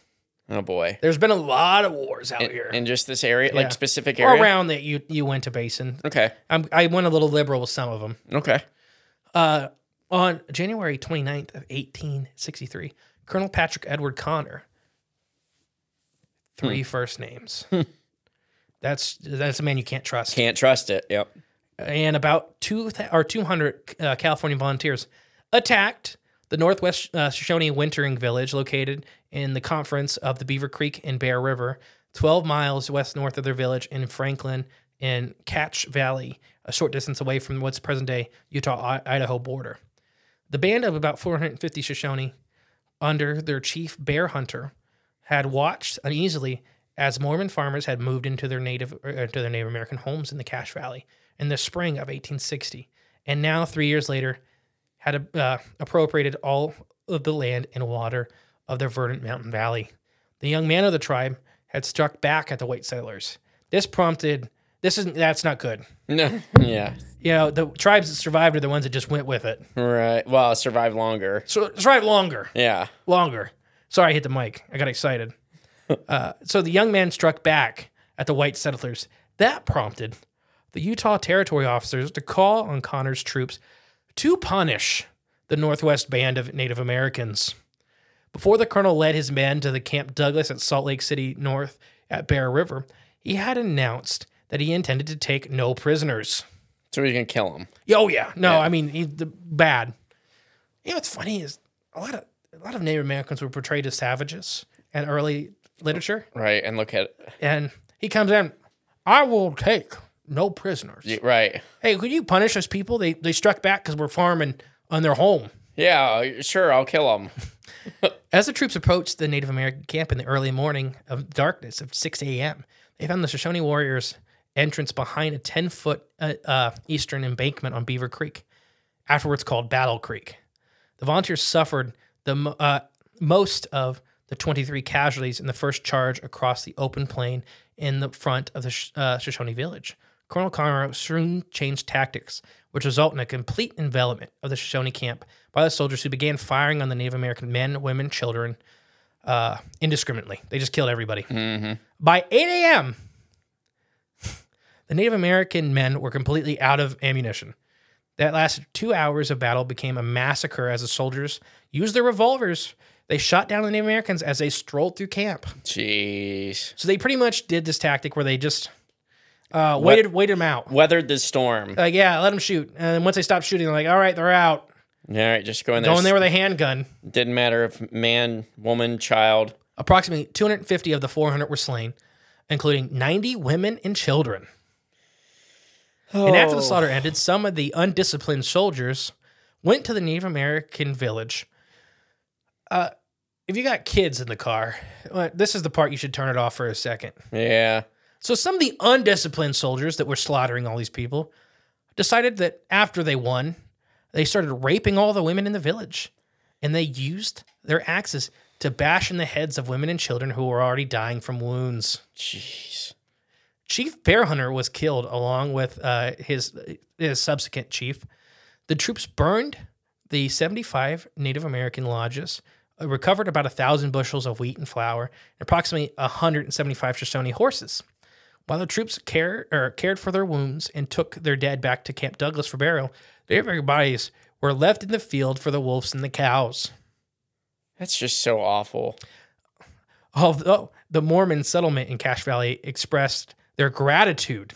S2: Oh boy,
S3: There's been a lot of wars out
S2: in,
S3: here,
S2: in just this area,
S3: Yeah.
S2: like specific
S3: or
S2: area.
S3: around that you you went to basin.
S2: Okay,
S3: I'm, I went a little liberal with some of them.
S2: okay.
S3: Uh, on January 29th of 1863, Colonel Patrick Edward Connor, three first names, That's that's a man you can't trust.
S2: Can't trust it. Yep.
S3: and about two th- or 200 uh, California volunteers attacked the Northwest uh, Shoshone wintering village located in the confluence of the Beaver Creek and Bear River, 12 miles west north of their village in Franklin in Catch Valley, a short distance away from what's present day Utah Idaho border. The band of about 450 Shoshone, under their chief bear hunter, had watched uneasily as Mormon farmers had moved into their native er, into their Native American homes in the Cache Valley in the spring of 1860, and now three years later, had uh, appropriated all of the land and water of the verdant mountain valley. The young man of the tribe had struck back at the white settlers. This prompted this is that's not good.
S2: No. Yeah.
S3: You know, the tribes that survived are the ones that just went with it.
S2: Right. Well, survive longer.
S3: So survived longer.
S2: Yeah.
S3: longer. Sorry, I hit the mic. I got excited. uh, so the young man struck back at the white settlers. That prompted the Utah Territory officers to call on Connor's troops to punish the Northwest Band of Native Americans. Before the colonel led his men to the Camp Douglas at Salt Lake City North at Bear River, he had announced that he intended to take no prisoners.
S2: So he's gonna kill him.
S3: Oh yeah, no, I mean he, the bad. You know what's funny is a lot of a lot of Native Americans were portrayed as savages in early literature,
S2: Right. And look at
S3: and he comes in, I will take no prisoners.
S2: it. Right.
S3: Hey, could you punish us people? They they struck back because we're farming on their home.
S2: Yeah. Sure. I'll kill him.
S3: As the troops approached the Native American camp in the early morning of darkness of 6 a.m., they found the Shoshone warriors' entrance behind a 10 foot uh, uh, eastern embankment on Beaver Creek, afterwards called Battle Creek. The volunteers suffered the mo- uh, most of the 23 casualties in the first charge across the open plain in the front of the Sh- uh, Shoshone village. Colonel Conroe soon changed tactics, which resulted in a complete envelopment of the Shoshone camp by the soldiers who began firing on the Native American men, women, children uh, indiscriminately. They just killed everybody.
S2: Mm-hmm.
S3: By 8 a.m., the Native American men were completely out of ammunition. That lasted two hours of battle became a massacre as the soldiers used their revolvers. They shot down the Native Americans as they strolled through camp.
S2: Jeez.
S3: So they pretty much did this tactic where they just uh, waited waited them out.
S2: Weathered the storm.
S3: Like, yeah, let them shoot. And then once they stopped shooting, they're like, all right, they're out.
S2: All right. Just go in there.
S3: Going there with a handgun.
S2: Didn't matter if man, woman, child.
S3: Approximately 250 of the 400 were slain, including 90 women and children. And after the slaughter ended, some of the undisciplined soldiers went to the Native American village. Uh, if you got kids in the car, well, this is the part you should turn it off for a second.
S2: Yeah.
S3: So some of the undisciplined soldiers that were slaughtering all these people decided that after they won, they started raping all the women in the village. And they used their axes to bash in the heads of women and children who were already dying from wounds.
S2: Jeez.
S3: Chief Bear Hunter was killed along with uh, his his subsequent chief. The troops burned the 75 Native American lodges, uh, recovered about a thousand bushels of wheat and flour, and approximately 175 Shoshone horses. While the troops care, or cared for their wounds and took their dead back to Camp Douglas for burial, their bodies were left in the field for the wolves and the cows.
S2: That's just so awful.
S3: Although the Mormon settlement in Cache Valley expressed their gratitude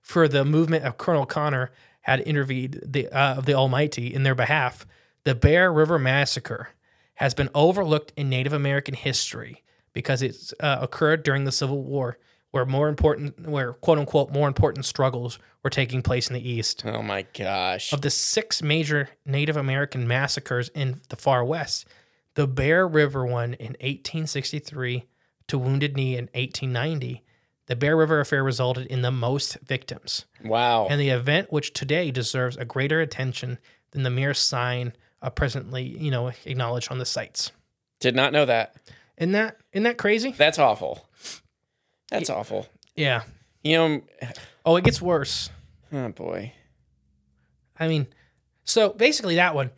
S3: for the movement of Colonel Connor had intervened the, uh, of the Almighty in their behalf, the Bear River Massacre has been overlooked in Native American history because it's uh, occurred during the Civil War, where more important, where quote unquote more important struggles were taking place in the East
S2: Oh my gosh.
S3: of the six major Native American massacres in the far west, the Bear River one in 1863 to Wounded Knee in 1890, the Bear River affair resulted in the most victims,
S2: Wow.
S3: and the event which today deserves a greater attention than the mere sign uh, presently, you know, acknowledged on the sites.
S2: Did not know that.
S3: Isn't that isn't that crazy?
S2: That's awful. That's awful.
S3: Yeah.
S2: You know,
S3: Oh, it gets worse.
S2: oh boy.
S3: I mean, so basically that one,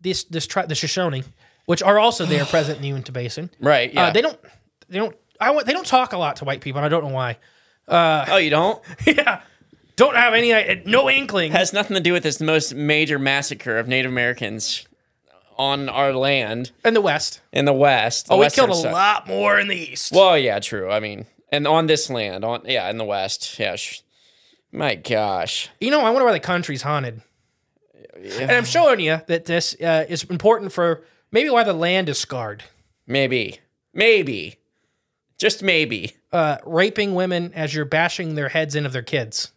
S3: this this tri- the Shoshone, which are also there present in the Uinta Basin.
S2: Right. Yeah.
S3: Uh, they don't. They don't. I want. They don't talk a lot to white people, and I don't know why. Uh,
S2: oh, you don't?
S3: yeah, don't have any. I- No inkling.
S2: Has nothing to do with this most major massacre of Native Americans on our land
S3: In the West,
S2: in the West. the
S3: oh, we
S2: western
S3: killed a
S2: side.
S3: lot more in the East.
S2: Well, yeah, true. I mean, and on this land, on yeah, in the west, yeah. Sh- my gosh,
S3: You know, I wonder why the country's haunted. And I'm showing you that this uh, is important for maybe why the land is scarred.
S2: maybe, maybe, just maybe.
S3: Uh, raping women as you're bashing their heads in of their kids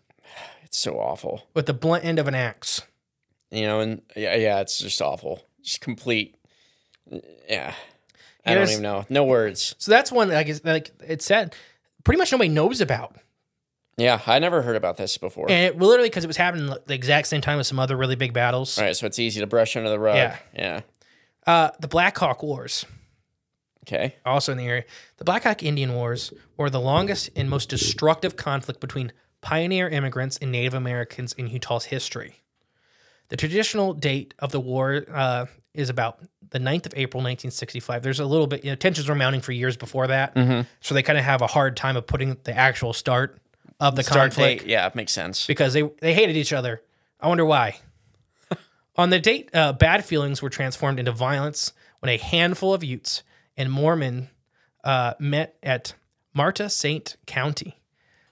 S2: It's so awful,
S3: with the blunt end of an axe.
S2: you know. And yeah, yeah, it's just awful. Just complete. Yeah, I
S3: Here's-
S2: don't even know. No words.
S3: So that's one like it's- like it said, pretty much nobody knows about,
S2: Yeah, I never heard about this before.
S3: and it literally because it was happening the exact same time as some other really big battles.
S2: All right, so it's easy to brush under the rug.
S3: Yeah.
S2: yeah.
S3: Uh, the Black Hawk Wars.
S2: Okay.
S3: also in the area. The Black Hawk Indian Wars were the longest and most destructive conflict between pioneer immigrants and Native Americans in Utah's history. The traditional date of the war uh, is about the 9th of April, 1965. There's a little bit, you know, tensions were mounting for years before that.
S2: Mm-hmm.
S3: So they kind of have a hard time of putting the actual start of the
S2: Start
S3: conflict
S2: date. Yeah, makes sense.
S3: because they they hated each other. I wonder why. On the date, uh, bad feelings were transformed into violence when a handful of Utes and Mormon uh, met at Marta Saint County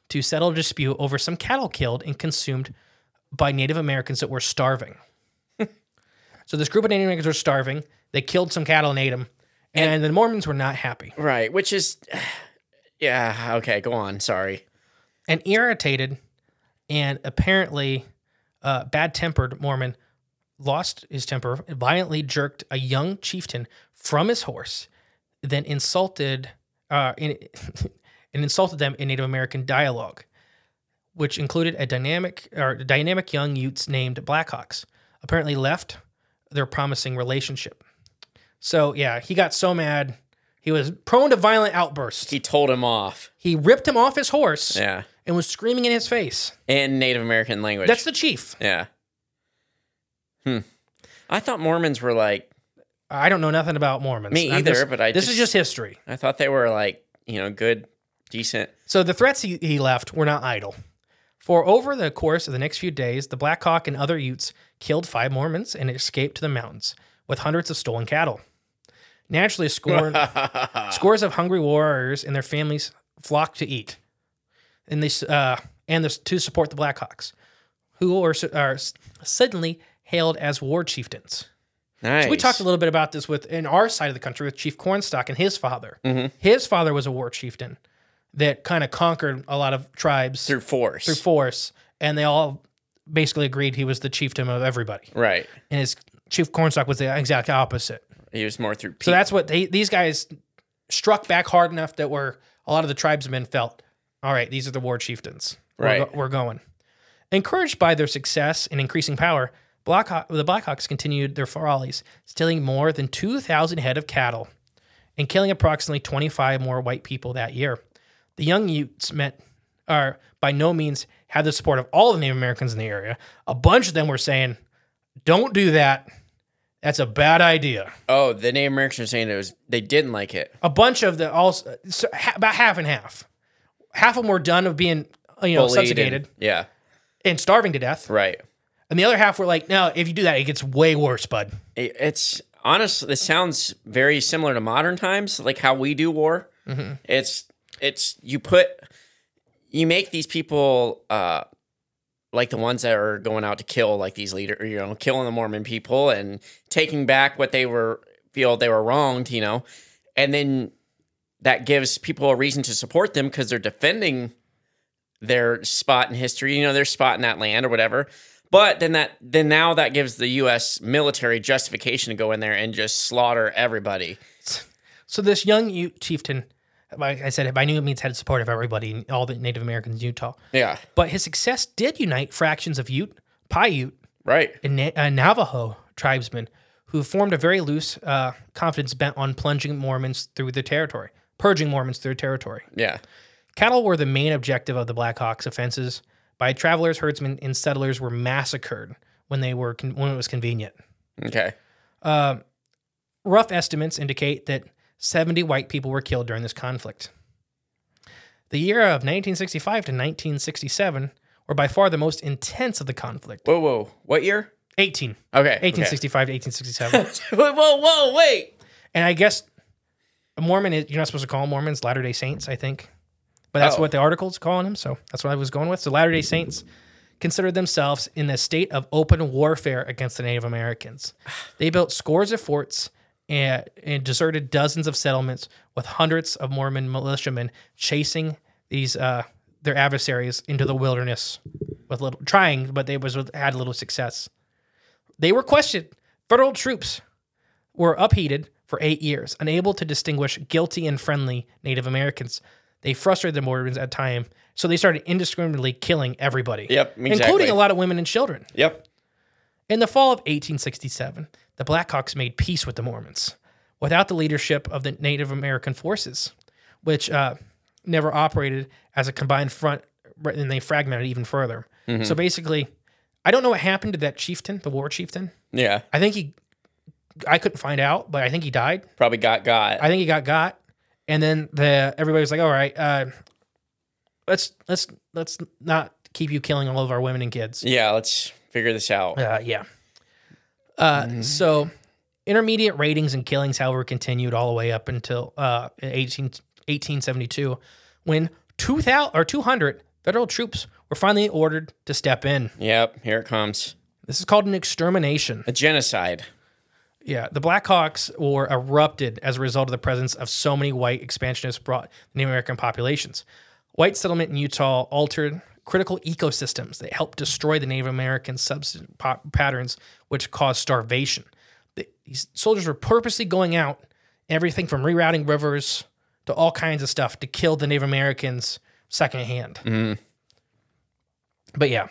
S3: to settle a dispute over some cattle killed and consumed by Native Americans that were starving. so this group of Native Americans were starving. They killed some cattle and ate them, and the Mormons were not happy.
S2: Right, which is, yeah, okay, go on. Sorry.
S3: an irritated and apparently uh, bad tempered Mormon lost his temper, violently jerked a young chieftain from his horse, then insulted uh, in, and insulted them in Native American dialogue, which included a dynamic or dynamic young Utes named Blackhawks. Apparently, left their promising relationship. So yeah, he got so mad. He was prone to violent outbursts.
S2: He told him off.
S3: He ripped him off his horse
S2: Yeah.
S3: and was screaming in his face.
S2: In Native American language.
S3: That's the chief.
S2: yeah. Hmm. I thought Mormons were like,
S3: I don't know nothing about Mormons.
S2: Me
S3: I'm
S2: either,
S3: just-
S2: but I
S3: this is just
S2: just-
S3: history.
S2: I thought they were like, you know, good, decent.
S3: So the threats he, he left were not idle. For over the course of the next few days, the Black Hawk and other Utes killed five Mormons and escaped to the mountains with hundreds of stolen cattle. Naturally, scorn, scores of hungry warriors and their families flocked to eat, and they s- uh, and this, to support the Blackhawks, who are, s- are s- suddenly hailed as war chieftains.
S2: Nice.
S3: So we talked a little bit about this with in our side of the country with Chief Cornstock and his father.
S2: Mm-hmm.
S3: His father was a war chieftain that kind of conquered a lot of tribes
S2: through force.
S3: through force, and they all basically agreed he was the chieftain of everybody.
S2: Right.
S3: And his Chief Cornstock was the exact opposite.
S2: He was more through people.
S3: So that's what they, these guys struck back hard enough that were a lot of the tribesmen felt, all right, these are the war chieftains. We're,
S2: Right.
S3: go- we're going. Encouraged by their success and increasing power, Blackhawk, the Blackhawks continued their follies, stealing more than 2,000 head of cattle and killing approximately 25 more white people that year. The young Utes met are by no means had the support of all the Native Americans in the area. A bunch of them were saying, "Don't do that. That's a bad idea."
S2: oh, the Native Americans are saying it was, they didn't like it.
S3: a bunch of the all so, ha, about half and half. Half of them were done of being you know
S2: Bullied and-
S3: subjugated and,
S2: yeah.
S3: starving to death,
S2: Right.
S3: and the other half were like, "No, if you do that, it gets way worse, bud."
S2: It- it's honestly this sounds very similar to modern times like how we do war
S3: Mm-hmm.
S2: it's it's you put you make these people uh like the ones that are going out to kill like these leader you know killing the mormon people and taking back what they were feel they were wronged you know and then that gives people a reason to support them because they're defending their spot in history, you know, their spot in that land or whatever. But then that then now that gives the US military justification to go in there and just slaughter everybody.
S3: So this young Ute chieftain, like I said, by no means had support of everybody, all the Native Americans in Utah,
S2: Yeah.
S3: but his success did unite fractions of Ute, Paiute,
S2: Right.
S3: and Na- uh, Navajo tribesmen who formed a very loose uh, confidence bent on plunging Mormons through the territory, purging Mormons through territory.
S2: Yeah.
S3: Cattle were the main objective of the Blackhawks' offenses. By travelers, herdsmen, and settlers were massacred when they were con- when it was convenient.
S2: Okay.
S3: Rough estimates indicate that 70 white people were killed during this conflict. The year of 1965 to 1967 were by far the most intense of the conflict.
S2: Whoa, whoa. What year?
S3: 18,
S2: Okay.
S3: 1865 to 1867.
S2: Okay. whoa, whoa, whoa, wait.
S3: and I guess a Mormon is, you're not supposed to call them Mormons, Latter Day Saints, I think. but that's
S2: Oh.
S3: what the article's calling him. So that's what I was going with. So Latter day Saints considered themselves in a state of open warfare against the Native Americans. They built scores of forts and, and deserted dozens of settlements with hundreds of Mormon militiamen chasing these uh, their adversaries into the wilderness with little trying, but they was had little success. They were questioned. Federal troops were upheated for eight years, unable to distinguish guilty and friendly Native Americans. They frustrated the Mormons at time, so they started indiscriminately killing everybody.
S2: Yep, exactly.
S3: including a lot of women and children.
S2: Yep.
S3: In the fall of 1867, the Blackhawks made peace with the Mormons without the leadership of the Native American forces, which uh, never operated as a combined front, right, and they fragmented even further. So basically, I don't know what happened to that chieftain, the war chieftain.
S2: Yeah.
S3: I think he, I couldn't find out, but I think he died.
S2: Probably got got.
S3: I think he got got, and then the everybody was like, "All right, uh, let's let's let's not keep you killing all of our women and kids."
S2: yeah. Let's figure this out.
S3: Uh, yeah. Uh, So, intermediate ratings and killings, however, continued all the way up until uh, 18, 1872, when 2,000 or 200 federal troops were finally ordered to step in.
S2: Yep. Here it comes.
S3: This is called an extermination.
S2: A genocide.
S3: Yeah, the Blackhawks War erupted as a result of the presence of so many white expansionists brought the Native American populations. White settlement in Utah altered critical ecosystems that helped destroy the Native American subsistence pa- patterns, which caused starvation. The, these soldiers were purposely going out, everything from rerouting rivers to all kinds of stuff to kill the Native Americans secondhand. But yeah,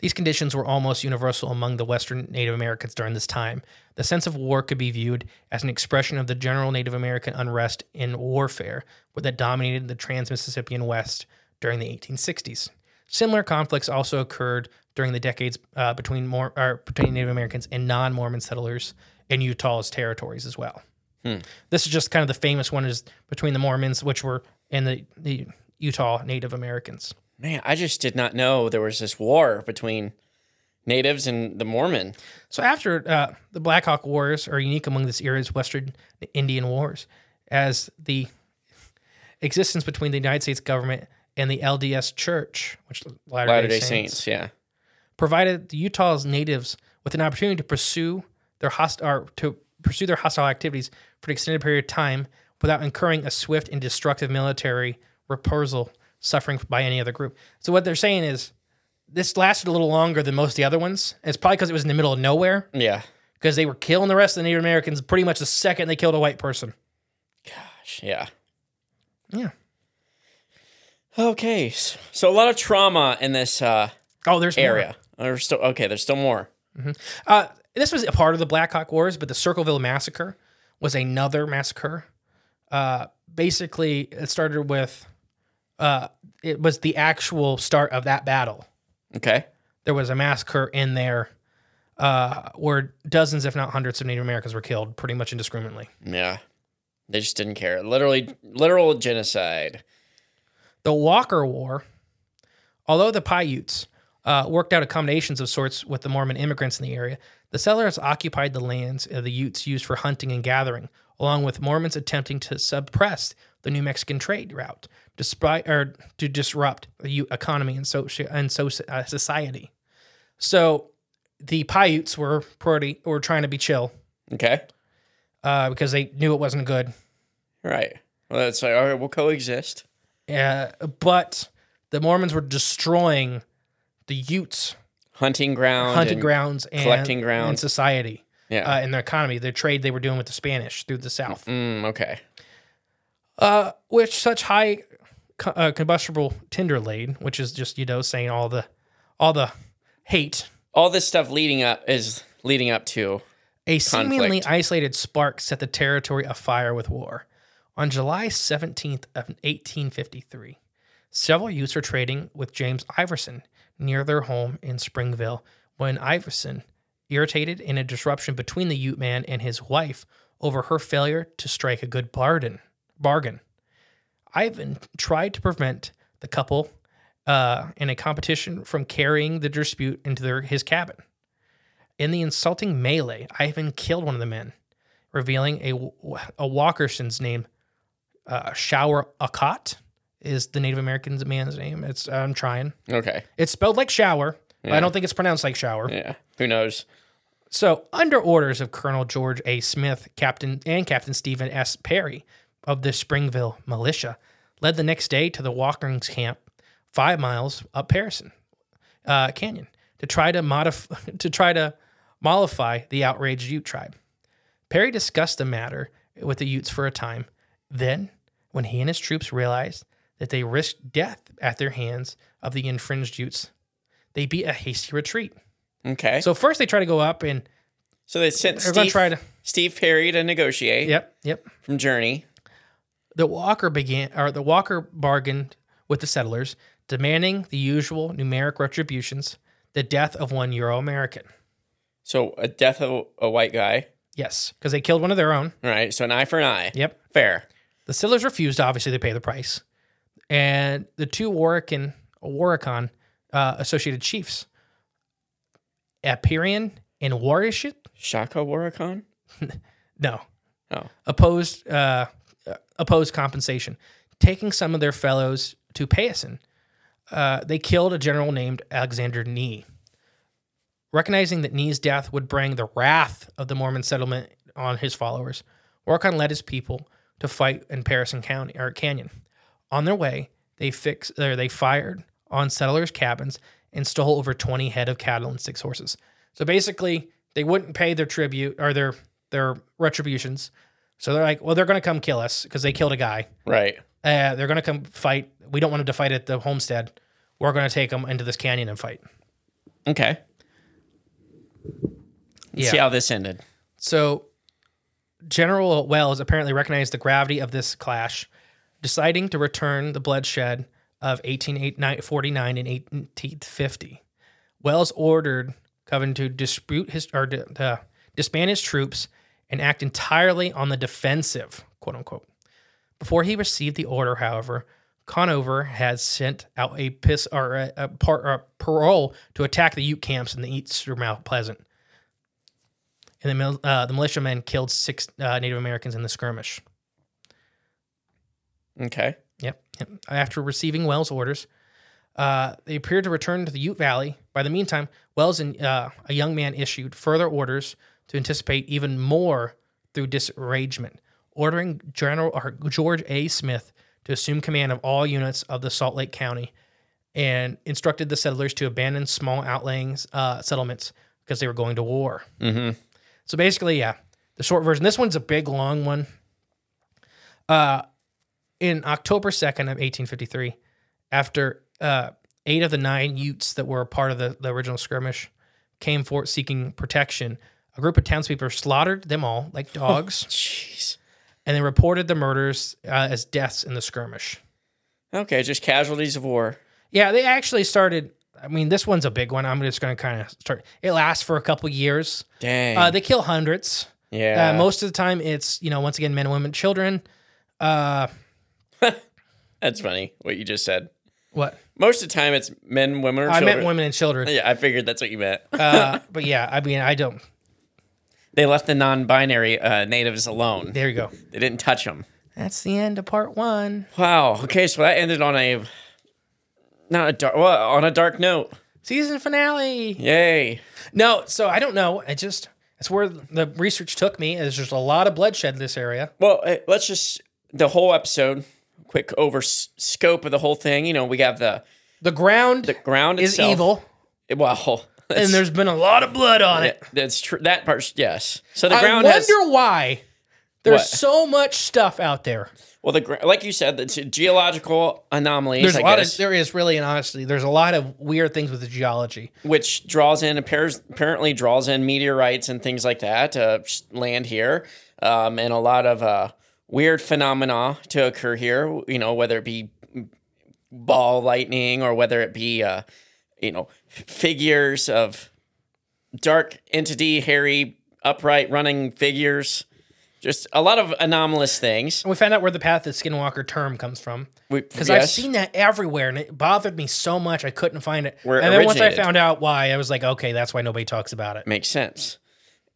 S3: these conditions were almost universal among the Western Native Americans during this time. The sense of war could be viewed as an expression of the general Native American unrest in warfare that dominated the Trans Mississippian West during the 1860s. Similar conflicts also occurred during the decades uh, between, Mor- or between Native Americans and non Mormon settlers in Utah's territories as well. This is just kind of the famous one is between the Mormons, which were, and the, the Utah Native Americans.
S2: Man, I just did not know there was this war between natives and the Mormon.
S3: So after uh, the Black Hawk Wars are unique among this era's Western Indian Wars, as the existence between the United States government and the LDS Church, which Latter-day,
S2: Latter day
S3: Saints,
S2: Saints. Yeah.
S3: provided the Utah's natives with an opportunity to pursue their host- or to pursue their hostile activities for an extended period of time without incurring a swift and destructive military reprisal suffering by any other group. So what they're saying is this lasted a little longer than most of the other ones. It's probably because it was in the middle of nowhere
S2: Yeah.
S3: because they were killing the rest of the Native Americans pretty much the second they killed a white person.
S2: Yeah.
S3: Yeah.
S2: Okay. s- So a lot of trauma in this uh,
S3: Oh, there's more.
S2: area. There's still, okay. There's still more.
S3: Uh, this was a part of the Black Hawk Wars, but the Circleville Massacre was another massacre. Uh, basically, it started with uh, it was the actual start of that battle.
S2: Okay.
S3: There was a massacre in there uh, where dozens, if not hundreds, of Native Americans were killed pretty much indiscriminately.
S2: Yeah. They just didn't care. Literally, literal genocide.
S3: The Walker War, although the Paiutes uh, worked out accommodations of sorts with the Mormon immigrants in the area, the settlers occupied the lands of the Utes used for hunting and gathering, along with Mormons attempting to suppress the New Mexican trade route, despite or to disrupt the Ute economy and soci and so, uh, society. So, the Paiutes were pretty were trying to be chill
S2: Okay.
S3: uh, because they knew it wasn't good.
S2: Right. Well, that's like, all right, we'll coexist.
S3: Uh, but the Mormons were destroying the Utes
S2: Hunting ground.
S3: hunting
S2: and-
S3: grounds and
S2: collecting ground.
S3: and society
S2: Yeah.
S3: uh, and their economy, their trade they were doing with the Spanish through the South,
S2: mm, okay.
S3: uh, which such high co- uh, combustible tinder laid, which is just you know saying all the all the hate.
S2: All this stuff leading up is leading up to.
S3: A seemingly
S2: Conflict.
S3: isolated spark set the territory afire with war. On July 17th of 1853, several youths were trading with James Iverson near their home in Springville when Iverson, irritated in a disruption between the Ute man and his wife over her failure to strike a good bargain, bargain. Ivan tried to prevent the couple uh, in a competition from carrying the dispute into their, his cabin. In the insulting melee, Ivan killed one of the men, revealing a, a Walkerson's name, uh, Shower Akot, is the Native American man's name. It's I'm trying.
S2: Okay.
S3: It's spelled like shower. But I don't think it's pronounced like shower.
S2: Yeah. Who knows?
S3: So, under orders of Colonel George A. Smith, Captain and Captain Stephen S. Perry of the Springville Militia, led the next day to the Walkerings camp, five miles up Harrison uh, Canyon, to try to modify to try to mollify the outraged Ute tribe. Perry discussed the matter with the Utes for a time. Then, when he and his troops realized that they risked death at their hands of the infringed Utes, they beat a hasty retreat.
S2: Okay. So,
S3: So first they try to go up and
S2: they sent
S3: We're gonna
S2: Steve,
S3: try to-
S2: Steve Perry to negotiate
S3: yep, yep.
S2: from Journey.
S3: The Walker began or the Walker bargained with the settlers, demanding the usual numeric retributions, the death of one Euro American.
S2: So a death of a white guy.
S3: Yes, because they killed one of their own.
S2: All right. So an eye for an eye.
S3: Yep.
S2: Fair.
S3: The settlers refused, obviously, to pay the price. And the two Warrican, Warricon uh, associated chiefs, Aperian and Warishit,
S2: Shaka Waracon?
S3: No.
S2: Oh.
S3: Opposed uh, opposed compensation, taking some of their fellows to Payson. Uh, they killed a general named Alexander Nee. Recognizing that Nee's death would bring the wrath of the Mormon settlement on his followers, Warcon led his people to fight in Parison County or Canyon. On their way, they fixed or they fired on settlers' cabins and stole over 20 head of cattle and six horses. So basically, they wouldn't pay their tribute or their their retributions. So they're like, well, they're going to come kill us because they killed a guy.
S2: Right.
S3: Uh, they're going to come fight. We don't want them to fight at the homestead. We're going to take them into this canyon and fight.
S2: Okay. Let's
S3: Yeah.
S2: See how this ended.
S3: So General Wells apparently recognized the gravity of this clash, deciding to return the bloodshed of 1849 and 1850. Wells ordered Coven to dispute his or to, to disband his troops and act entirely on the defensive, quote unquote. Before he received the order, however, Conover had sent out a piss or a, a, par, a parole to attack the Ute camps in the Eastern Mount Pleasant and the, mil- uh, the militiamen killed six uh, Native Americans in the skirmish.
S2: Okay.
S3: Yep. yep. After receiving Wells' orders, uh, they appeared to return to the Ute Valley. By the meantime, Wells and uh, a young man issued further orders to anticipate even more through disarrangement, ordering General or George A. Smith to assume command of all units of the Salt Lake County, and instructed the settlers to abandon small outlying uh, settlements because they were going to war.
S2: Mm-hmm.
S3: So basically, yeah, the short version. This one's a big long one. Uh, in October second of eighteen fifty three, after uh, eight of the nine Utes that were a part of the, the original skirmish came forth seeking protection, a group of townspeople slaughtered them all like dogs,
S2: Jeez.
S3: and they reported the murders uh, as deaths in the skirmish.
S2: Okay. Just casualties of war.
S3: Yeah, they actually started. I mean, this one's a big one. I'm just going to kind of start. It lasts for a couple years.
S2: Dang.
S3: Uh, they kill hundreds.
S2: yeah.
S3: Uh, most of the time, it's you know once again men, women, children. Uh,
S2: That's funny what you just said.
S3: what
S2: Most of the time, it's men, women, or
S3: I
S2: children.
S3: meant women and children.
S2: Yeah, I figured that's what you meant.
S3: Uh, but yeah, I mean I don't.
S2: they left the non-binary uh, natives alone.
S3: There you go.
S2: They didn't touch them.
S3: That's the end of part one.
S2: Wow. Okay, so that ended on a not a dark well, on a dark note.
S3: Season finale.
S2: Yay.
S3: No, so I don't know. I just that's where the research took me. Is there's a lot of bloodshed in this area.
S2: Well, eh, let's just the whole episode. Quick over s- scope of the whole thing. You know, we have the
S3: The ground
S2: ground
S3: is
S2: itself.
S3: evil,
S2: Well,
S3: and there's been a lot of blood on it.
S2: that's true. That part, yes. So the
S3: I
S2: ground
S3: wonder
S2: has
S3: why. There's
S2: What?
S3: so much stuff out there.
S2: well the gr- like you said, it's a geological anomaly.
S3: There's
S2: I
S3: a lot
S2: guess.
S3: of there is really and honestly there's a lot of weird things with the geology.
S2: which draws in appears, apparently draws in meteorites and things like that uh, s- land here um, and a lot of uh, weird phenomena to occur here you know whether it be ball lightning or whether it be uh, you know figures of dark entity hairy upright running figures just a lot of anomalous things
S3: And we found out where the path of skinwalker term comes from. Because
S2: because
S3: I've seen that everywhere, and it bothered me so much I couldn't find it.
S2: Where it
S3: and then once I
S2: originated.
S3: found out why, I was like, okay, that's why nobody talks about it.
S2: makes sense.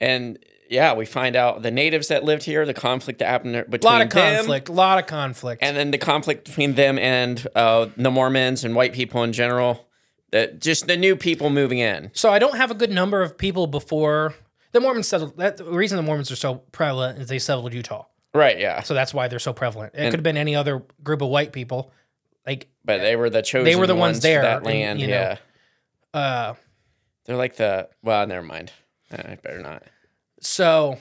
S2: And yeah, we find out the natives that lived here, the conflict that happened between
S3: A lot of
S2: them,
S3: conflict. A lot of conflict.
S2: and then the conflict between them and uh, the Mormons and white people in general. That just the new people moving in.
S3: So I don't have a good number of people before the Mormons settled. That the reason the Mormons are so prevalent is they settled Utah,
S2: Right. Yeah.
S3: so that's why they're so prevalent. It could have been any other group of white people, like
S2: But they were the chosen.
S3: They were the ones
S2: for
S3: there,
S2: That
S3: and,
S2: land.
S3: you know.
S2: yeah.
S3: uh,
S2: They're like the. Well, never mind. Uh, I better not.
S3: so.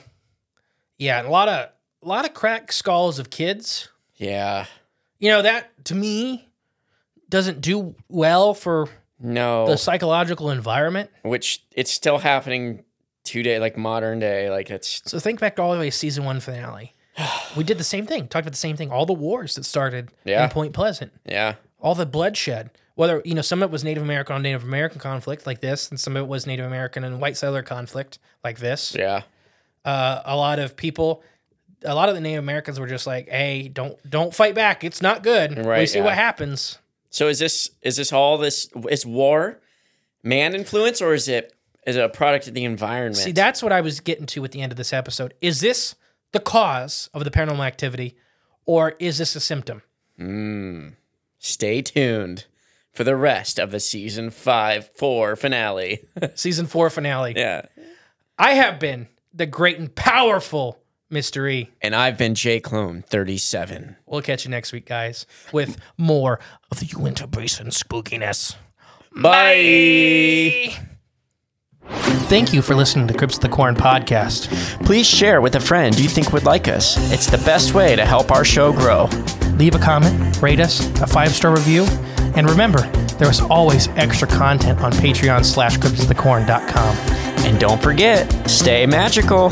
S3: Yeah, and a lot of a lot of crack skulls of kids.
S2: Yeah.
S3: You know that to me doesn't do well for
S2: No.
S3: the psychological environment.
S2: Which it's still happening today, like modern day. Like it's.
S3: So think back all the way to season one finale. We did the same thing. Talked about the same thing. All the wars that started
S2: Yeah.
S3: in Point Pleasant.
S2: Yeah.
S3: all the bloodshed. Whether you know, some of it was Native American on Native American conflict like this, and some of it was Native American and white settler conflict like this.
S2: Yeah.
S3: Uh, a lot of people, a lot of the Native Americans were just like, "Hey, don't don't fight back. It's not good. we
S2: Right,
S3: see
S2: yeah.
S3: what happens."
S2: So is this is this all this is war, man influence, or is it is it a product of the environment?
S3: See, that's what I was getting to at the end of this episode. Is this the cause of the paranormal activity, or is this a symptom?
S2: Stay tuned for the rest of the season five four finale.
S3: Season four finale.
S2: yeah,
S3: I have been the great and powerful E. mystery.
S2: and I've been Jay Clone thirty seven.
S3: We'll catch you next week, guys, with more of the Uinta Basin spookiness.
S2: Bye.
S3: Thank you for listening to Crips of the Corn podcast.
S5: Please share with a friend you think would like us. It's the best way to help our show grow.
S3: Leave a comment, rate us, a five star review, and remember, there is always extra content on Patreon slash CripsOfTheCorn.com.
S5: And don't forget, stay magical.